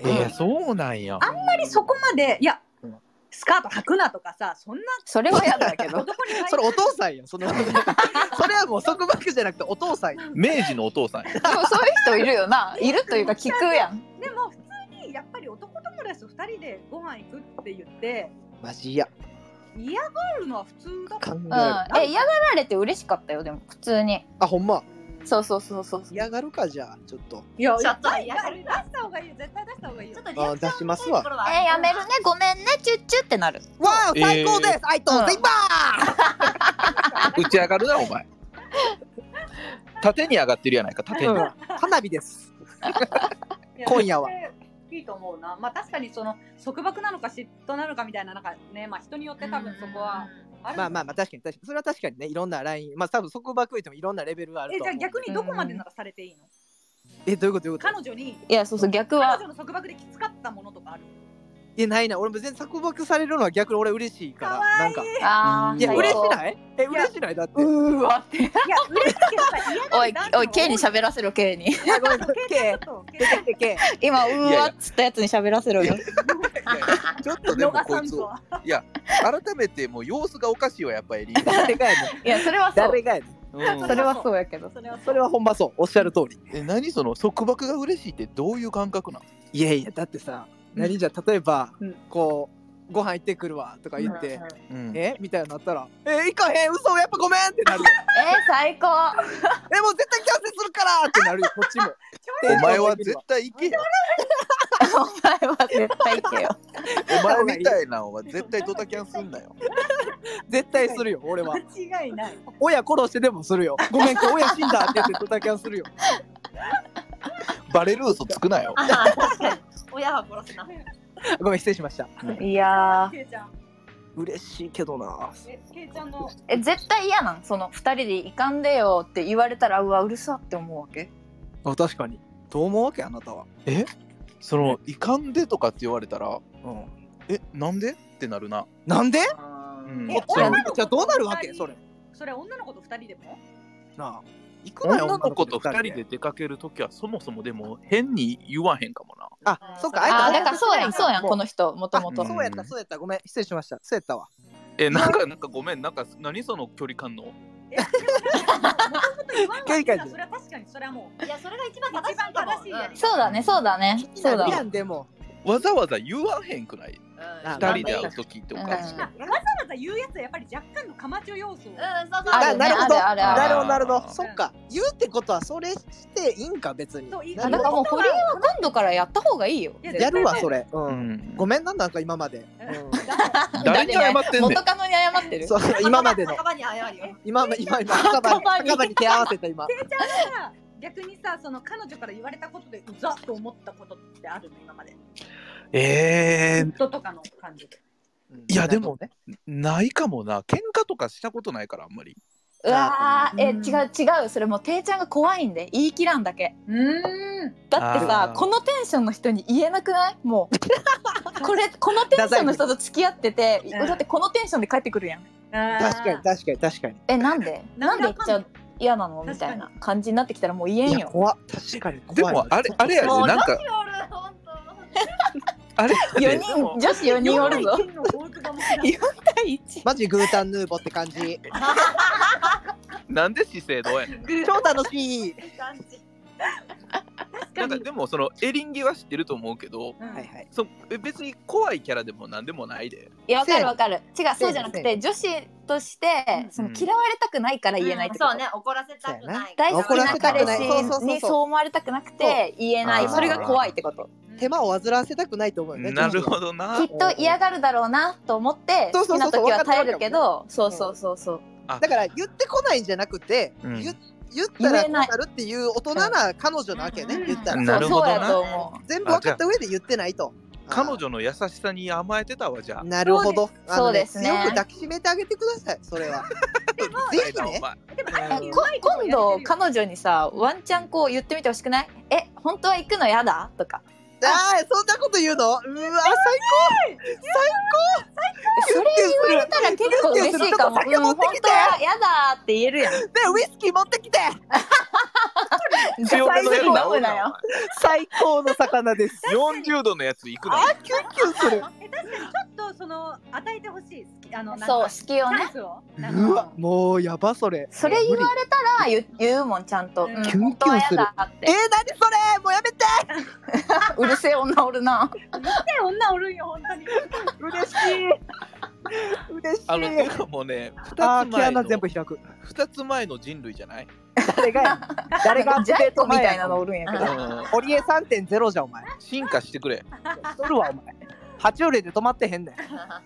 えー、そうなんや。
ぱりそこまでいや
うん
スカート履くなとかさそんな
それは嫌だけど
男に対
それお父さんやんその それはもう束縛じゃなくてお父さんやん
明治のお父さんや。
でもそういう人いるよな。いるというか聞くやん。
でも普通にやっぱり男友達と2人でご飯行くって言って
マジ嫌
嫌がるのは普通だ
考える、
うん。
あ
え嫌がられて嬉しかったよでも普通に。
ほんま
そうそうそうそう。
嫌がるかじゃあちょっと
いや
ちょっと
いや
嫌が
出
る
した方がいいよ絶対出した方がいいよ
ちょっとリア
あ
クション
出します
のと
わ
ころは
えやめるねごめんねチュッチュってなる。
わあ
えー
最高です、愛と
うん
セイバー
打ち上がるな、お前。縦に上がってるやないか、縦に。
うん花火です
いや
今夜は
絶対いいと思うなまあ確かにその束縛なのか嫉妬なのかみたいななんかねまあ人によって多分そこはある
まあまあまあ確かに確かにそれは確かにねいろんなラインまあ多分束縛言ってもいろんなレベルがある
え
と
じゃ
は
あ
思う
逆にどこまでならされていいの
えどういうことどういうこと
彼女に
いやそうそう逆
彼
は
女の束縛できつかったものとかある
えないない俺も全然束縛されるのは逆に俺嬉しいから
かわいい
なんか
ああ
ー
いや
最高
嬉しないえ嬉しないだって
うーわって。
いや嬉しいけどさ嫌
お
が
い
る男女
おい K に喋らせろ K に。
あごめんごめん
ちょ
K
っと
出てきて K
今うーわっつったやつに喋らせろよ。
ちょっとで
野
も
賀
こ
さ
い
ん
つ
とは
をいや改めてもう様子がおかしいわやっぱり、
誰がやねん
いやそれはそう。
誰がやねん
うん
それはそうやけど。
それは
それはほんまそうおっしゃる通り
え何その束縛が嬉しいってどういう感覚なの
いやいやだってさ
うん
何じゃ例えば
うん
こうご飯行ってくるわとか言って
うん
えみたいになったら「え行かへん嘘やっぱごめん!」ってなるよ
えー最高。
えもう絶対キャンセルするからってなるよこっち も
お前は絶対行けよ
お前は絶対行けよ。
お前みたいなのは絶対ドタキャンすんなよ
絶対するよ俺は
間違いない
親殺してでもするよごめんこれ親死んだって言ってドタキャンするよ
バレる嘘つくなよ
あー確かに親は殺すな
ごめん失礼しました
いやー
K ちゃん
嬉しいけどな
え K ちゃんの
え絶対嫌なんその二人で行かんでよって言われたらうわうるさって思うわけ。
あ確かにどう思うわけあなたは。
その「いかんで」とかって言われたら「うん、えなんで?」ってなるな。
なんで
うん
え
そう
女の子
じゃあどうなるわけそれ。
それ女の子と二人でも
なあ。行くな
女の
よ
子と
女
2
の
人で出かけるときはそもそもでも変に言わへんかもな。
あ、そっか。
あ
あ
ー
えて
だからそうやんそうやんこの人もとも
あ
と
そうやった、そうやった。ごめん、失礼しました。そうやったわ。
え、なんかなんかごめん、なんか何その距離感の。
えでもなんかもともと言わんわけじゃんそれは確かにそれはもう
いやそれが一番正しい
一番正しいやり
そうだねそうだねそうだ
いやんでも。
わざわざ言わへんくない
あ
2人で会うときとか。
うん
わざわざ言うやつはやっぱり若干のカマチョ要素を
うんそうそう
あ
あ
るね
なるほど。
あるある
なる
ある
ほど、なるほ
あ
ど。
ー
そっか。言うってことは、それしていいんか、別に。
そういい
な
あ
る
だ
ほ
か
ど
らもう堀江は今度からやった方がいいよ
いや
やるわ、
絶
それ。う。
うんん
ごめんな、なんか今まで。うん
誰に謝ってんねん
元カノに謝ってる
そう、今までの。
頭に謝るよ
今、今、今、赤羽に、赤羽に手合わせた、今。
ちゃんがさ逆にさその彼女から言われたことでうざっと思ったことってあるの今まで
えー、
夫とかの感じで
いやでもないかもな。喧嘩とかしたことないからあんまり。
うわーえ
うん
違う違うそれもうていちゃんが怖いんで言い切らんだけ
うん
だって
あ
さ
ー
このテンションの人に言えなくないもうこれこのテンションの人と付き合ってて
うん
だってこのテンションで帰ってくるやん
確かに、確かに、確かに。
えなんで
な
なんん
で
で言っちゃ嫌なのみたいな感じになってきたらもう言え
い
ん
や、
よ
怖っ確かに怖い。
でもあれあれやで、
もう
なん
ラジ
か
オる本当
あれや
4
で。でも
人女子4人おるぞ
の大久保もさ
4対1
マジグータンヌーボって感じ。
なんで姿勢どうやねん。
超楽しい。
いい感じ
なんかでもそのエリンギは知ってると思うけど、
うん
はいはい。
そえ別に怖いキャラでもなんでもないで。
いやわか
せ
る
や
わかる違うそうじゃなく
せ
て女子として
うん
その嫌われたくないから言えないってこと
そうね怒らせたくない
大好き
怒ら
な
せた
彼
くないそうそうそう
氏にそう思われたくなくて言えな
あ
い
ー
それが怖いってこと
手間を煩わせたくないと思うよね。
なるほどな
きっ。と嫌がるだろうなと思って
そうそ
好
う
き
そう
な
そう
時は耐えるけど
わ
そう
かるわかる
そうそうそう
だから言ってこないんじゃなくて、
うん
言言ったら
言
こ
え
う
な
ないるっていう大人な彼女なわけよね、
うん
言ったら
なるほどな
そうやと思う
全部分かった上で言ってないと
彼女の優しさに甘えてたわじゃあ。
なるほどあの
そうですね
強く抱きしめてあげてくださいそれはぜひね
えこ今度彼女にさワンチャンこう言ってみてほしくないえ本当は行くのやだとか
あーそんなこと言うのうわ
それ言われたら結構嬉しいか
ち
も
ょっと酒持
う
っ
ん本
てきて
当はやだって言えるやん
最高でウイスキー持ってきて
強めのやつ
最後に飲むなよ
最高の魚です
40度のやつ行くな。
あーキュンキュンする
え確かにちょっとその与えてほしい好きあのなんか
そう
チ
式を
ャ
ね
ンスをなんか
うわもうやばそれ
それ言わ
無理
れたら言言うもんちゃんと、うん、
キ
ュン
本
キ
当
ュ
は
ンす
や
る
だっ
えー
て、
何それもうやめて
うるせえ女おるな
ね女おるんよ本当に
嬉しい嬉しい
あのてかもうね
あ
2つ
ー毛
前
穴
の
全部開く
二つ前の人類じゃない。
誰がや誰がアップ
ジ
デ
ャ
ー
イコ
ト
み
前
た
や
いなのおるんやけ
う
ど
ん
堀江3.0じゃんお前
進化してくれ。
しとるわお前爬虫類で止まってへんねん
確か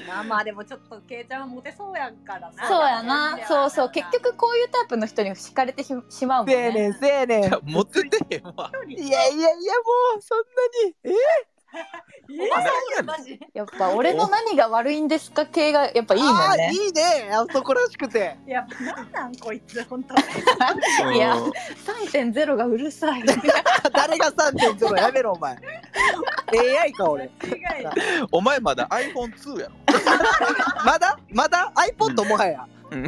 になまあでもちょっとケイちゃんはモテそうやんからな
そうやなそうそう結局こういうタイプの人に惹かれてししまうもん
せえ
ね
ねんせえねんい
いや持っててへんわ。
一人
やいやいやもうそんなに
え
マジ
やっぱ俺の何が悪いんですか系がやっぱい
え
いもん
あー
ね
いいね男らしくて
いやなんなんこいつ本当
いや
うん
3.0がうるさい
誰が3.0やめろお前 AI か俺
間違いない
お前まだ iPhone2 やろ。
まだまだ iPod もはや、
うん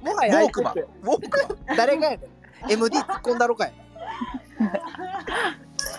もは
ウ
や
ォークマン
iPod ウォークマン誰がやねん MD 突っ込んだろかい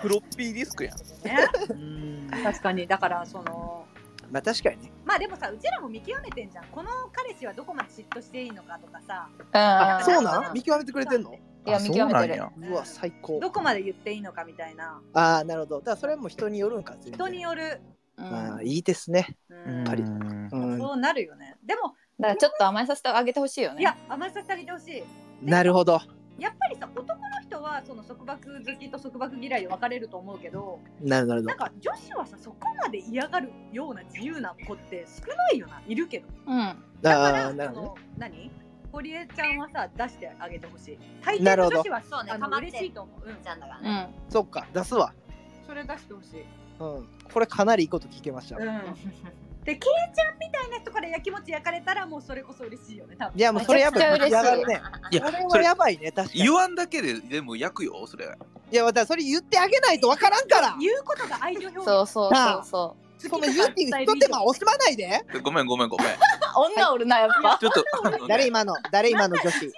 フロッピーディスクやん。
確かにだからその
まあ確かにね
まあでもさうちらも見極めてんじゃんこの彼氏はどこまで嫉妬していいのかとかさ
あ
う
そうなん見極めてくれてんの
んいや見極めてる
あ
うわ最高
どこまで言っていいのかみたいな
ああなるほどだからそれはもう人によるんか全然
人による、
うん
ああいいですね
う
そうな
ん
んや。
ぱり
うん
うん
そうなるよねでも
だからちょっと甘えさせてあげてほしいよね
いや甘えさせてあげてほしい
なるほど
やっぱりさ男の人はその束縛好きと束縛嫌いで分かれると思うけど
なるほど
なんか女子はさそこまで嫌がるような自由な子って少ないよないるけど
うん
だから
ああ
そ
なるほどね
の何堀江ちゃんはさ出してあげてほしい大
な
抵の
るほど
女子は
そうね
あ
か
の
まっ
嬉しい
て
と思う、うん、
ちゃんだから
う
ね
ん
そっか出すわ
それ出してほしい、
うんこれかなりいいこと聞けました、
う
い
ん、でケイちゃんみたいな人からやきもち焼かれたらもうそれこそ嬉しいよね多分
やもうそれやっぱ
めちゃくちゃ嬉し
出
い
来上がるね
いや
これ
そ
は
れ
やばいね、確かに。
言わんだけででも焼くよそれ
いや、だからそれ言ってあげないとわからんから。
言うことが愛情表現
そうそうそうそ
その言うっていう一手間惜しまないで。
ごめんごめんご めん
う女おるなやっぱ
ちょっとあのね
誰今の、誰今の女子。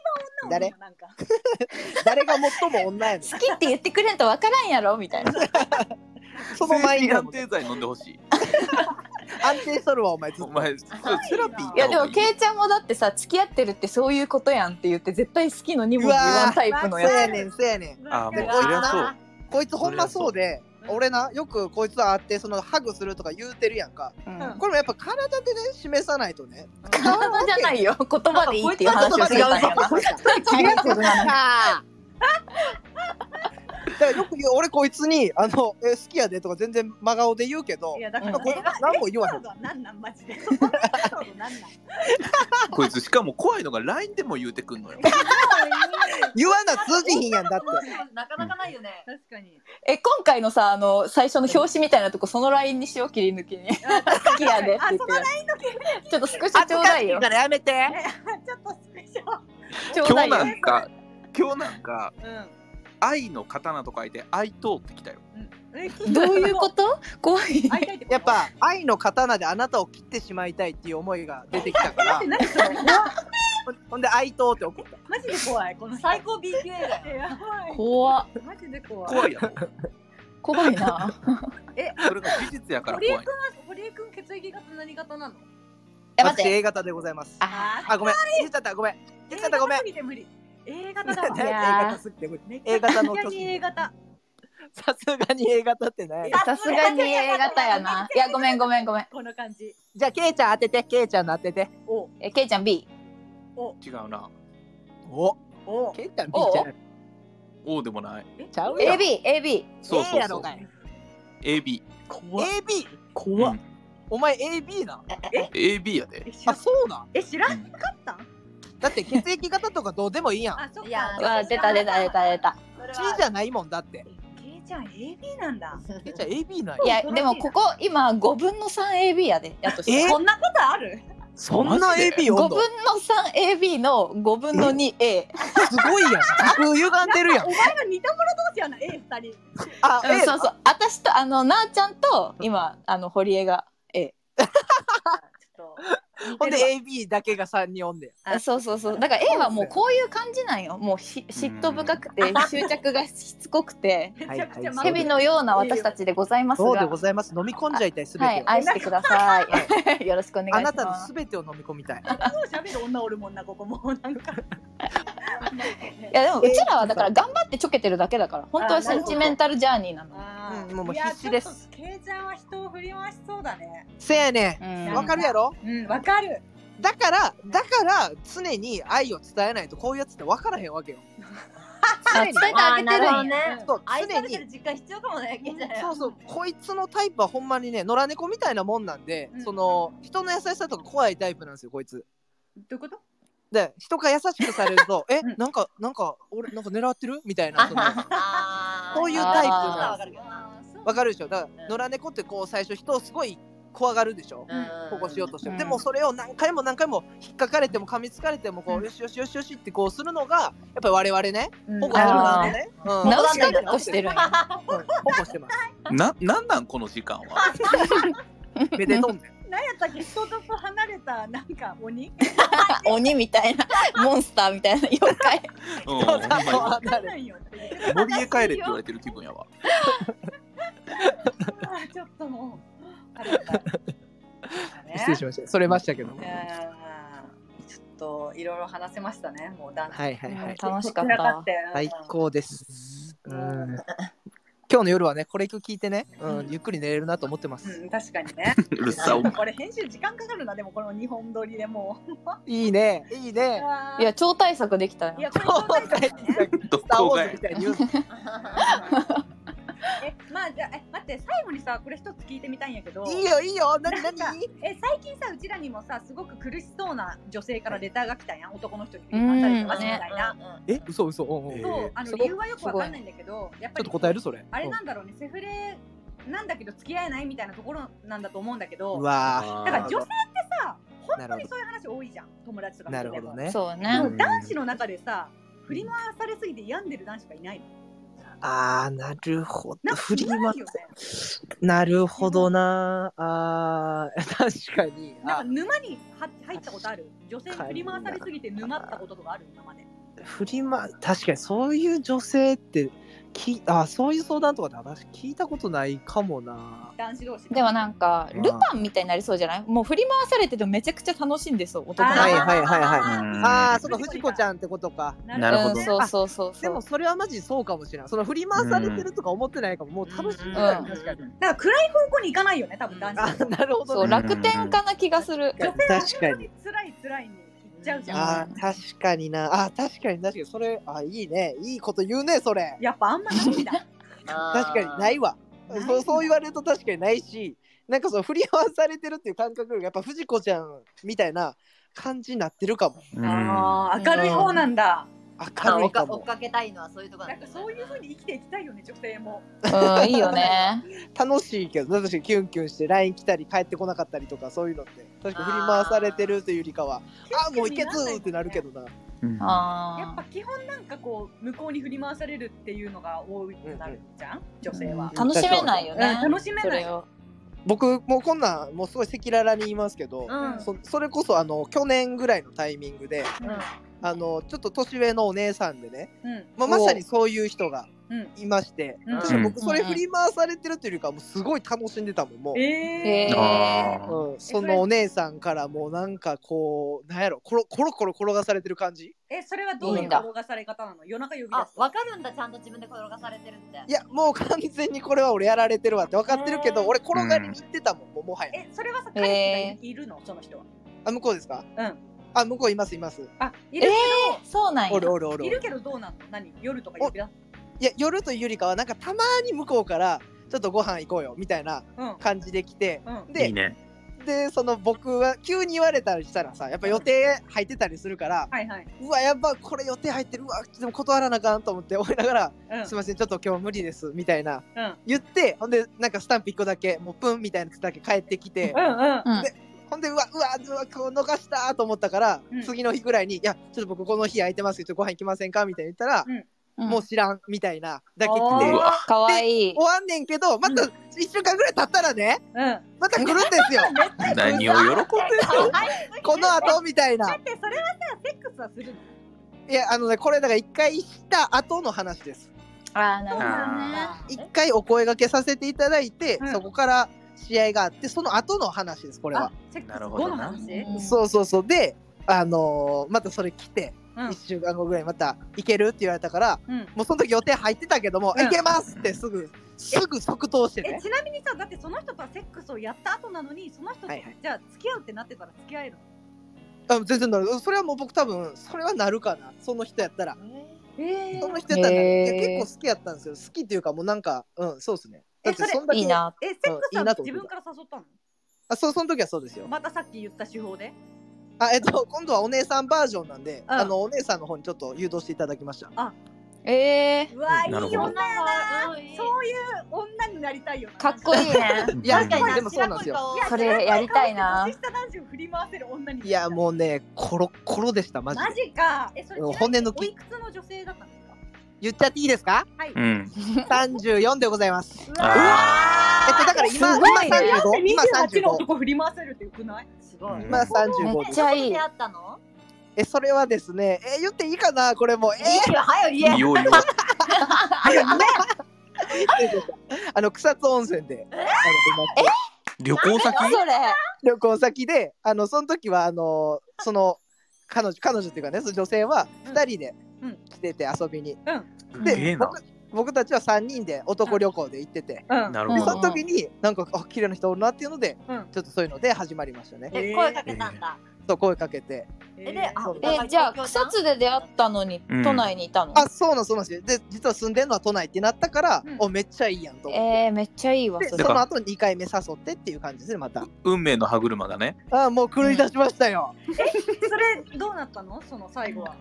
誰
なんか
誰が最も女やの。
好きって言ってくれんとわからんやろみたいな
その前
精
に
神
安
安定剤飲んでほしい
定しとるわ、お前ずっ
お
と。
前セラピー行っ
いやで
た方
も
が
け
いい
いちゃんもだってさ付き合ってるってそういうことやんって言って絶対好きの2文字言わんタイプ
そ
の
う
やつ
やねん、そうやねん。
あーもう
うわー
そりゃそう
こいつほんまそう
そ
で
りゃ、そう
俺な、よくこいつと会って、そのハグするとか言うてるやんか。
うん
これもやっぱ体でね、示さないとね。
体じゃないよ言葉でいいっていう話をしてたんやな
こいつは言葉で違うぞ。違うぞ だからよく言う、俺こいつに、あの、え、好きやでとか全然真顔で言うけど
い、やだか
な
ら
ん
か何も言わへん
エピソードは何なんマジで そこのエピソード 何なん
こいつしかも怖いのが LINE でも言うてく んのよ
言わな通じひんやんだって。
なかなかないよね。
確かに
え今回のさあの最初の表紙みたいなとこそのラインにしよう切り抜きに好きやでって言ってるやつちょっとスクショちょうだいよ
らやめて。
ちょっとスペシャル
ちょう
今
だ
日な
いよ
んか今日なんか
うん
愛の刀と書いて愛刀ってきたよ
うん
どういうこと怖い
会いたいってこと
やっぱ愛の刀であなたを切ってしまいたいっていう思いが出てきた
だ
か
っ
ら
て何それ
ほんほんで愛党って送った
マジで怖いこの
最
最
高 B 級映画。
高やばい
怖
マジで怖い
怖いやろ
怖いな
それが事実やから
堀江
怖い
君は堀江君血液型何型なの
え待っ
私
て
A 型でございます
あ
あごめん言っちゃったごめん言っちゃったごめん
A 型すぎて無理 A 型だわ
い
A
やー
型すぎて無理
めっち
A
ゃ
型の
めっちゃ A 型
さすがに A 型ってない
ーさすがに A 型やないやごめんごめんごめん
この感じ
じゃあケイちゃん当ててケイちゃんの当てて
お
えけいちゃん B
違うな
お
お
ケイちゃん B
お
じゃない
王でもない
ちゃうよ
ABAB
そうそ
A
う
や
そ
ろ
う
かい
AB
AB
怖っ
お前 AB な
AB やで
え知ら
あそうなん
え知らんかったん
だって血液型とかどうでもいいやん
あそっか
いやー
わ出た出た出た出た
それ
C
は
じゃないもんだって
ケイちゃん AB なんだ
ケイちゃん AB なん
い
や
やでもここ今5分の 3AB やでやとして
え
こんなことある
そんな
マジで
AB おん
5
の
分の 3AB の5分の 2A
すごいやん時空歪んでるやん
お前が似た者同士やな A2 人
あ、
うん、
え
そうそう私とあのなあちゃんと今あの堀江が
ちょっと
ほんで
似てる
AB だけが3人おんで。
あ
そうそうそうだから A はもうこういう感じなんよもうひ嫉妬深くて執着がしつこく て
わめちゃくちゃ
はい
蛇のような私たちでございます
そうで
が
ございます。飲み込んじゃいたいすべ
は
て
い
を。
愛してください よろしくお願いします
あなたのすべてを飲み込みたい。
喋る女おるもんなここも うなんか
いやでもうちらはだから頑張ってちょけてるだけだから本当はセンチメンタルジャーニーなの
あ
う
ー
んもうもう
いや
必死で
ちょ
す
っとケイちゃんは人を振り回しそうだね
せやね
うん
ん。わかるやろ
うんわかる
だから、だから常に愛を伝えないとこういうやつってわからへんわけよ。
あ伝えてあげてるんや
あーなるほどね
そう
愛
常
されてる
に。
実感必要かもね。ケイちゃん
そうそうこいつのタイプはほんまにね野良猫みたいなもんなんで、
うん
その人の優しさとか怖いタイプなんですよこいつ
どういうこと
で人が優しくされる とえ
うん
なんかなんか俺なんか狙ってるみたいなその
あー
そういうタイプなんですよ
あーそう
わかるでしょだから野良猫ってこう最初人をすごい怖がるでしょ
うん
保護しようとしても、
うん
でもそれを何回も何回も引っかかれても噛みつかれてもこう、
うん
よしよしよしよしってこうするのがやっぱり我々ね保護する側
あ
のね、うん
直しかっこしてるんや
うん保護してます
ななんなんこの時間は
めでとんねん
何やったっけ人と離れたなんか鬼
鬼みたいなモンスターみたいな妖 怪
うん
そ
ほ
うん
まに
そう
わかんないよって言ってた
森へ帰れって言われてる気分やわ
あーちょっともうあれだったね
失礼しましたそれましたけど
いやーちょっといろいろ話せましたねもうだん
はいはいはい
うん楽しかっ
散ら
た
か
わ
って
最高ですうん今日の夜はねこれ聞いてね、うん、ゆっくり寝れるなと思ってます、
うん確かにね
うるさお前
これ編集時間かかるなでもこの2本撮りでもう
いいねいいね
いや超大作できたよ
いやこれ超大事だよね
ど
スター・ウ
こ
ォ
が
ーズみたいに言うの
えまあじゃあえ待って最後にさこれ一つ聞いてみたいんやけど
いいよいいよ何
なんか
何
え最近さうちらにもさすごく苦しそうな女性からレターが来たやん男の人に振り回されてますみたいな、
え嘘嘘うんうん
え
そうあ
す
の
ごい
理由はよくわかんないんだけどやっぱ
ちょっ
り
と答えるそれ。
あれなんだろうねセフレなんだけど付き合えないみたいなところなんだと思うんだけど
うわ
だから女性ってさ本本
なる
当
ほ
に
ど
そういう話多いじゃん友達とか見
な
てて
る
も
ほどね。
そう
で
ね
も
うん
男子の中でさ振り回されすぎて病んでる男子がいないの
あー、なるほ
な
ど。
んか
振り
いな
ま
いよね
なるほどな。あー、 確かに。
なんか
あ
沼には入ったことある女性に振り回されすぎて沼ったこととかある今まで
振りま、確かにそういう女性って、きあそういう相談とかって私聞いたことないかもな。
男子同士
でもなんかルパンみたいになりそうじゃないもう振り回されててもめちゃくちゃ楽しんでそう男の子
はいはいはいはい
うん
あー、その藤子ちゃんってことか。
なるほど
うん、そうそうそうそう
でもそれはマジそうかもしれない。その振り回されてるとか思ってないかも。もう楽しみだよ、
うん
確かに。
なんか暗い方向に行かないよね多分男子
あ、なるほ
そ
ど
う
ね。
楽天家な気がする、
女性は
確かに
本当に辛い辛いに行っちゃうじゃん
あー確かにな。あー確かに確かに。それ、あいいね。いいこと言うね、それ。
やっぱあんまないん だ
確かにないわ
ない
そうそう言われると確かにないしなんかその振り回されてるっていう感覚がやっぱ藤子ちゃんみたいな感じになってるかも
うん
あー明るい方なんだ
明る
追
い
っか
か
追っ
も
かけたいのはそういうとこ
な
なんん
か
だ
そういう風に生きていきたいよね女性も
うんいいよね
楽しいけど私キュンキュンして LINE 来たり帰ってこなかったりとかそういうのって確かに振り回されてるというよりかはあーもういけずーってなるけどな
うん
やっ
あ
ぱ基本なんかこう向こうに振り回されるっていうのが多くなるじゃん、女性は
ー、楽しめないよね
うん楽しめ
そ
な
れ
い
を
僕もうこんなんもうすごい赤裸々に言いますけど、
うん
そそれこそあの去年ぐらいのタイミングであのちょっと年上のお姉さんでね、
うん
まあ、まさにそういう人が
うん
いまして、
うん
確か僕
うん
それ振り回されてるというよりかはもうすごい楽しんでたもんもう、
え
え
ー、
ー
あ
うん、そのお姉さんからもうなんかこうなんやろコロコロコロ転がされてる感じ
えそれはどういう転がされ方なの夜中呼び出
あ
す
分かるんだちゃんと自分で転がされてるって
いやもう完全にこれは俺やられてるわって分かってるけど、
うん
俺転がりに行ってたもんもうもはや
えそれはさ彼氏がいるの、その人は
あ向こうですか
うん
あ向こういますいます
あいる
そうなんや
おるおるお
けど
るお
い
る
るけどどうなの何夜とか呼び出す
いや夜というよりかはなんかたまに向こうからちょっとご飯行こうよみたいな
うん
感じで来て
うん
ー
で
いいね。
でその僕は急に言われたりしたらさやっぱ予定入ってたりするから、
はいはいう
わやっぱこれ予定入ってるうわでも断らなあかんと思って思いながら
う
「
ん
すいませんちょっと今日無理です」みたいな
うん
言ってほんでなんかスタンプ1個だけもうプンみたいなやつだけ返ってきて
うんうん
うん
ほんでうわうわうわこう逃したと思ったから、
うん
次の日ぐらいに「いやちょっと僕この日空いてますけどちょっとご飯行きませんか?」みたいに言ったら
うん
「もう知らん」みたいなだけ来
お
て
ー
かわいい
終わんねんけどまた1週間ぐらい経ったらね
うん
また来るんで すよ
何を喜んでんの
この後みたい
だ
な
ってそれはさセックスはするの
いやあのねこれだから1回した後の話です
あーなるほ
あ
どね
え
一回お声掛けさせていただいて、
うん
そこから試合があってその後の話ですこれ
あ
は、
セック
な
ス
る
後
ほど
の
な
話
うん
そうそうそうであのーまたそれ来て、
うん
一週間後ぐらいまた「行ける?」って言われたから
うん
もうその時予定入ってたけども「
うん
行けます!」ってすぐすぐ即答して
え
ね
ちなみにさだってその人とはセックスをやった後なのにその人と、
はいはい
じゃあ付き合うってなってたら付き合えるの
あ全然なるそれはもう僕多分それはなるかなその人やったら
え
その人やったらなる
へー
いや結構好きやったんですよ好きっていうかもうなんかうんそうですねだ
え
って
それ
そんだけ
いいな
えセックス
い
はい
なと思ってた
自分から誘ったの
あそうその時はそうですよ
またさっき言った手法で
あえっと今度はお姉さんバージョンなんで、
うん
あのお姉さんの方にちょっと誘導していただきました
え
うわいい
なる
女
ほど
やな
そう
そういう女になりたいよな
ー、かっこいいね
いや
うん
確かにな
でもそうなんですよ
白子
い
それやりたいな
年下男子を振り回せる女になりた
いや
う
もうねコロッコロでしたマジで
マジかえそれ
うん骨抜き
おいくつの女性だったんですか
言っちゃっていいで すか
はい、
うん。
34でございます
う
う
わ
えっとだから今
すごいね
今35今
28の
35
男振り回せるってよくない
すごい
うん
今35
め
で
っ
す
ちゃ
ど
い
こで
い
出会ったの
えそれはですねえ言っていいかなこれもえ
いいよ早よ
いいよいいよ。
あの草津温泉であのいまして
旅行先
それ
旅行先であのその時はあのその彼女彼女っていうかねその女性は2人で
うん
来てて遊びに
すげ
で
えな。
僕僕たちは3人で男旅行で行ってて
うん
なる
で
ほ
そ
ど
の。時になんかあ綺麗な人おるなっていうので
うん
ちょっとそういうので始まりましたね
え声かけたんだ
そう声かけて
え
えであ
そう
えじゃあ草津で出会ったのに
うん
都内にいたの、
あそうなんそうなんですよで実は住んでるのは都内ってなったから、
うん
おめっちゃいいやんと思って、
えー、めっちゃいいわ
で
そ
そ
れ
だか
の
ら
後二2回目誘ってっていう感じですねまた
運命の歯車だね。
あもう狂い出しましたよ、
それどうなったのその最後は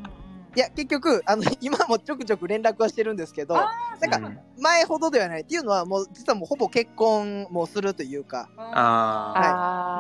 いや結局あの 今もちょくちょく連絡はしてるんですけど
あ
なんか前ほどではないっていうのはもう実はもうほぼ結婚もするというか
あ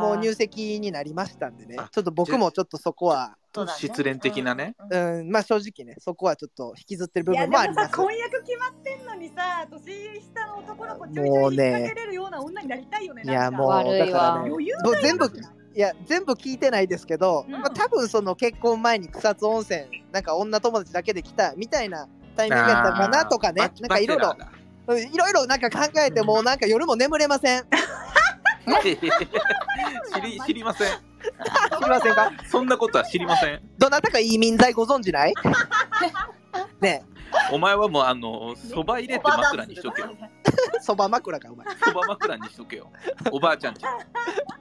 あー
もう入籍になりましたんでね
あ
ちょっと僕もちょっとそこは
そうだね
失恋的なね。
うんまあ正直ねそこはちょっと引きずってる部
いや
分
で
もあ
も
りま
さ
す
婚約決まってんのにさ年下の男の子ちょいちょい引っ掛けれるような女になりたいよね
い
な
や
んか
もう
悪いわ
だからね
余裕
もう全部いや全部聞いてないですけど、
うん
まあ、多分その結婚前に草津温泉なんか女友達だけで来たみたいなタイミングやったのかなとか
あ
ね
ー
なんかいろいろ。うんいろいろなんか考えてもうなんか夜も眠れません
バチェラーだ 知り知りません。
知りませんか
そんなことは知りません。
どなたかいい民剤ご存知ない ね
お前はもうあのそば入れて枕にしとけよ。
えそば枕かお前
そば枕にしとけよ。おばあちゃんち。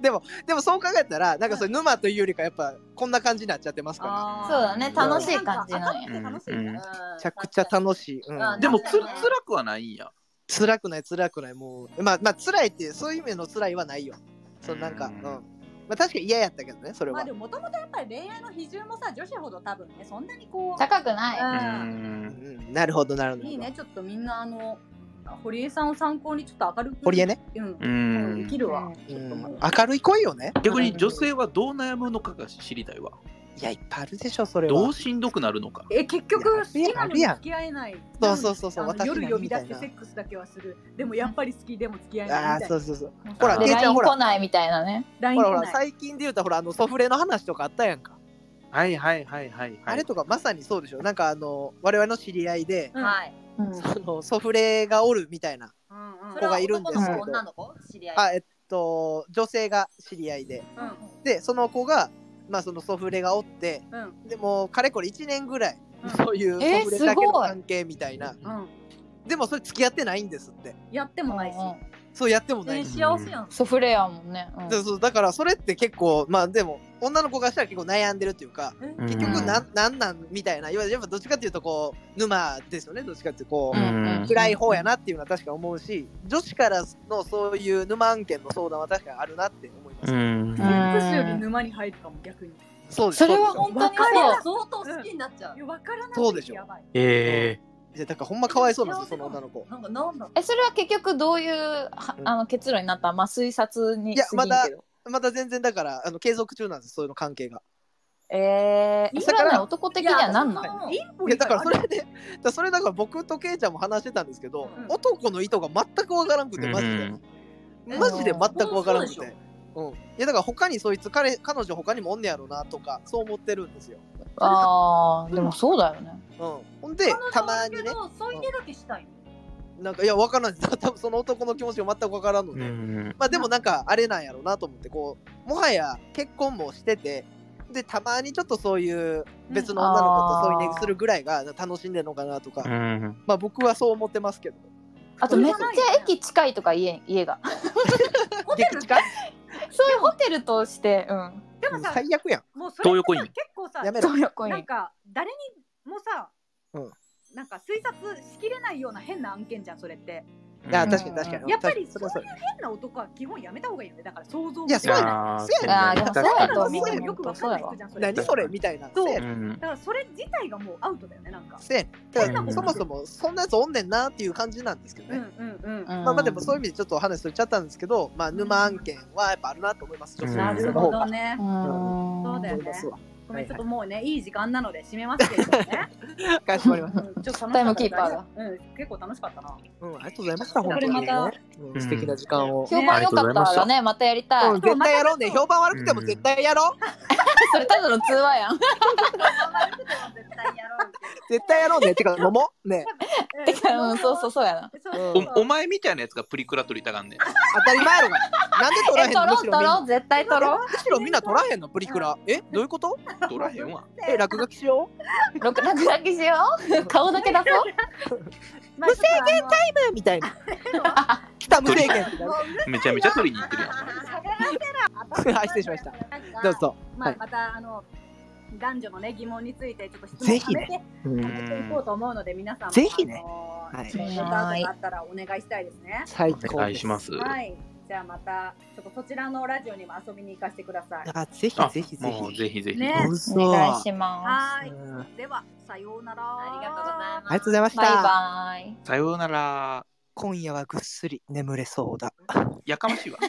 でもそう考えたらなんかそれ沼というよりかやっぱこんな感じになっちゃってますから
そうだね楽しい感じなんや
や楽しいね
めちゃくちゃ楽しい、うん
あ
でもつ辛くはないんや。
辛くない辛くないもうまあまあ辛いってそういう意味の辛いはないよそのなんか
う
うんん、まあ確かに嫌やったけどねそれ
ま
は、
あでももともとやっぱり恋愛の比重もさ女子ほど多分ねそんなにこう
高くない。
うん
うん
うん、なるほどなるほど
いいねちょっとみんなあの堀江さんを参考にちょっと明るく
堀江ね、
うん
う
うんで
ん
きるわ、
うん、明るい恋よね
逆に女性はどう悩むのかが知りたいわ。
いやいっぱいあるでしょそれは
どうしんどくなるのか。
え結局好きなのに
いやあるやん
付き合えない
そうそうそうそう
あの
私
夜
何
呼び出し
み
て
たいな
セックスだけはするでもやっぱり好きでも付き合えない
あ
みた
あ
い
そ
な
うそうそうほら
あー
け
で
いちゃん
LINE
ほら
来ないみたいなね。
ライン
ほらほ
来な
ら
い
最近で言うとほらあのソフレの話とかあったやんか、
はいはいはいはいはい。
あれとかまさにそうでしょなんかあの我々の知り合いで、
うん
はい。
うん
あのソフレがおるみたいな
うんうん
そ
子
れは
がいるんですけど
男の子女の子知り合い。
あえっと女性が知り合いで
うん
でその子がまあそのソフレがおって
うん
でもうかれこれ1年ぐらい、
うん
そういう
えー
ソフレだけの
すごい
関係みたいな、
うん
でもそれ付き合ってないんですって
やってもないし
そうやってもない
全
し、
幸せやん。
ソフレやもんね。うん
そうそうだからそれって結構まあでも女の子がしたら結構悩んでるっていうか
うん
結局な,、ん、なんなんみたいないわゆるやっぱどっちかっていうとこう沼ですよねどっちかっていうとこう、
うん
暗い方やなっていうのは確か思うし女子からのそういう沼案件の相談は確かにあるなって思います、
うん
セックスより沼に入るかも逆に
そうです
それは
そう
本当に
彼
そ
は
う。
相当好きになっちゃう
い。やわからない
そうでしょ
やばい
え
ですいやだからほんまかわいそうなんですよその女の子
なんかなんだ。
えそれは結局どういうは
うん
あの結論になったまあ推察に
いや
過ぎんけど。
また全然だからあの継続中なんですそういうの関係が
えー、そ
だ
れ
から
は男的にはなんなん
の
インポ
いやだからそれで、だからそれだから僕とケイちゃんも話してたんですけど、
うん
男の意図が全くわからんくて、マジで。マジで全くわからんくて。
うん
うん、いやだから他にそいつ彼彼女他にもおんねやろなとかそう思ってるんですよ。
あーでもそうだよね。
うん、ほんでたまにね
そういうだけしたい。
なんかいやわからんです 多分その男の気持ちが全くわからんので、
ん
まあでもなんかあれなんやろうなと思ってこうもはや結婚もしててでたまにちょっとそういう別の女の子と添い寝するぐらいが楽しんでるのかなとか、
ん
まあ僕はそう思ってますけど。
あとめっちゃ駅近いとか家家が。
ホテ
激
ル
近
そういうホテルとしてうん。
でもさ
最悪やん。
もうそれ
東
って
横イン
さ結構さ
やめろ
東横イ
なん
ン。
か誰にもさ、
うん
なんか推察しきれないような変な案件じゃんそれって
いや
うん
確かに確かに。
やっぱり
それはそれ
変な男は基本やめた方がいいよねだから想像も
いやそうやね
あー
そう
あーでもそうや
変な
と
の
思
見
う
て
ね
もよくわかんない人じゃんそれ
何それみたいな。
そう
せやね
うん
だからそれ自体がもうアウトだよねなんか
せやね
うん
だからそもそもそんなやつおんねんなっていう感じなんですけど
うん
ね。
うん
うん
まあまあでもそういう意味でちょっとお話しれちゃったんですけど、まあ沼案件はやっぱあるなと思います。
うん
うん
女
な
性
る
の方
ほ
が
どね
うーん
そうだよ
思
ね
いますわ。
ごめんちょっともうねいい時間なので締めますけど ね
かしこまりまし
うんちょっと楽しかった
タイムキーパーだ
うん結構楽しかったな
た。うんありがとうございました本当
こ
に
れ
ね
ま。
うん素敵な時間を。
評判良かったらねまたやりたい。
うん絶対やろうね。評判悪くても絶対やろう。
それただの通話 やん。
絶対やろう。
絶対やろうね。てか飲もうね。
てか、 うん、そうそうそうやな。
そううんそう
おお前みたいなやつがプリクラ取りたがんねん。
当たり前やろが。なんで取らへ
え、
ん
取
のむ
ろ
しろみ
う取
ん
ろ
な
う、絶対取ろう。
むしろみんな取らへんのプリクラ。えどういうこと
取らへんわ。
え落書きしよ
録落書きしよう。顔だけ出そう。
まあちょっとあの
うみた いな。来た無制限みたいな。
めちゃめちゃ取りに行ってるやん。
はい、失礼しました。どうぞ。
ま
は
あ
い
またあの男女のね疑問についてちょっと質問
ぜ
を
ひね
はめて
うん
やっていこうと思うので皆さんも
ぜひね
あの
はい
質問とかあったらお願いしたいですね。
最
お
高
願い
で
し
す。
ます。
はい。じゃあまたちょっとそちらのラジオにも遊びに行かせてください。
あ、ぜひ
あ
ぜひぜ
もう
ひ。
ぜひぜひ。
ね
おう
お
そ。
願い
あり
しま。
は
う
ーい。ではさようなら。
ありがとうございます。
がとうございますし
バイ
た。
バイ。
さようなら。
今夜はぐっすり眠れそうだ。
やかましいわ。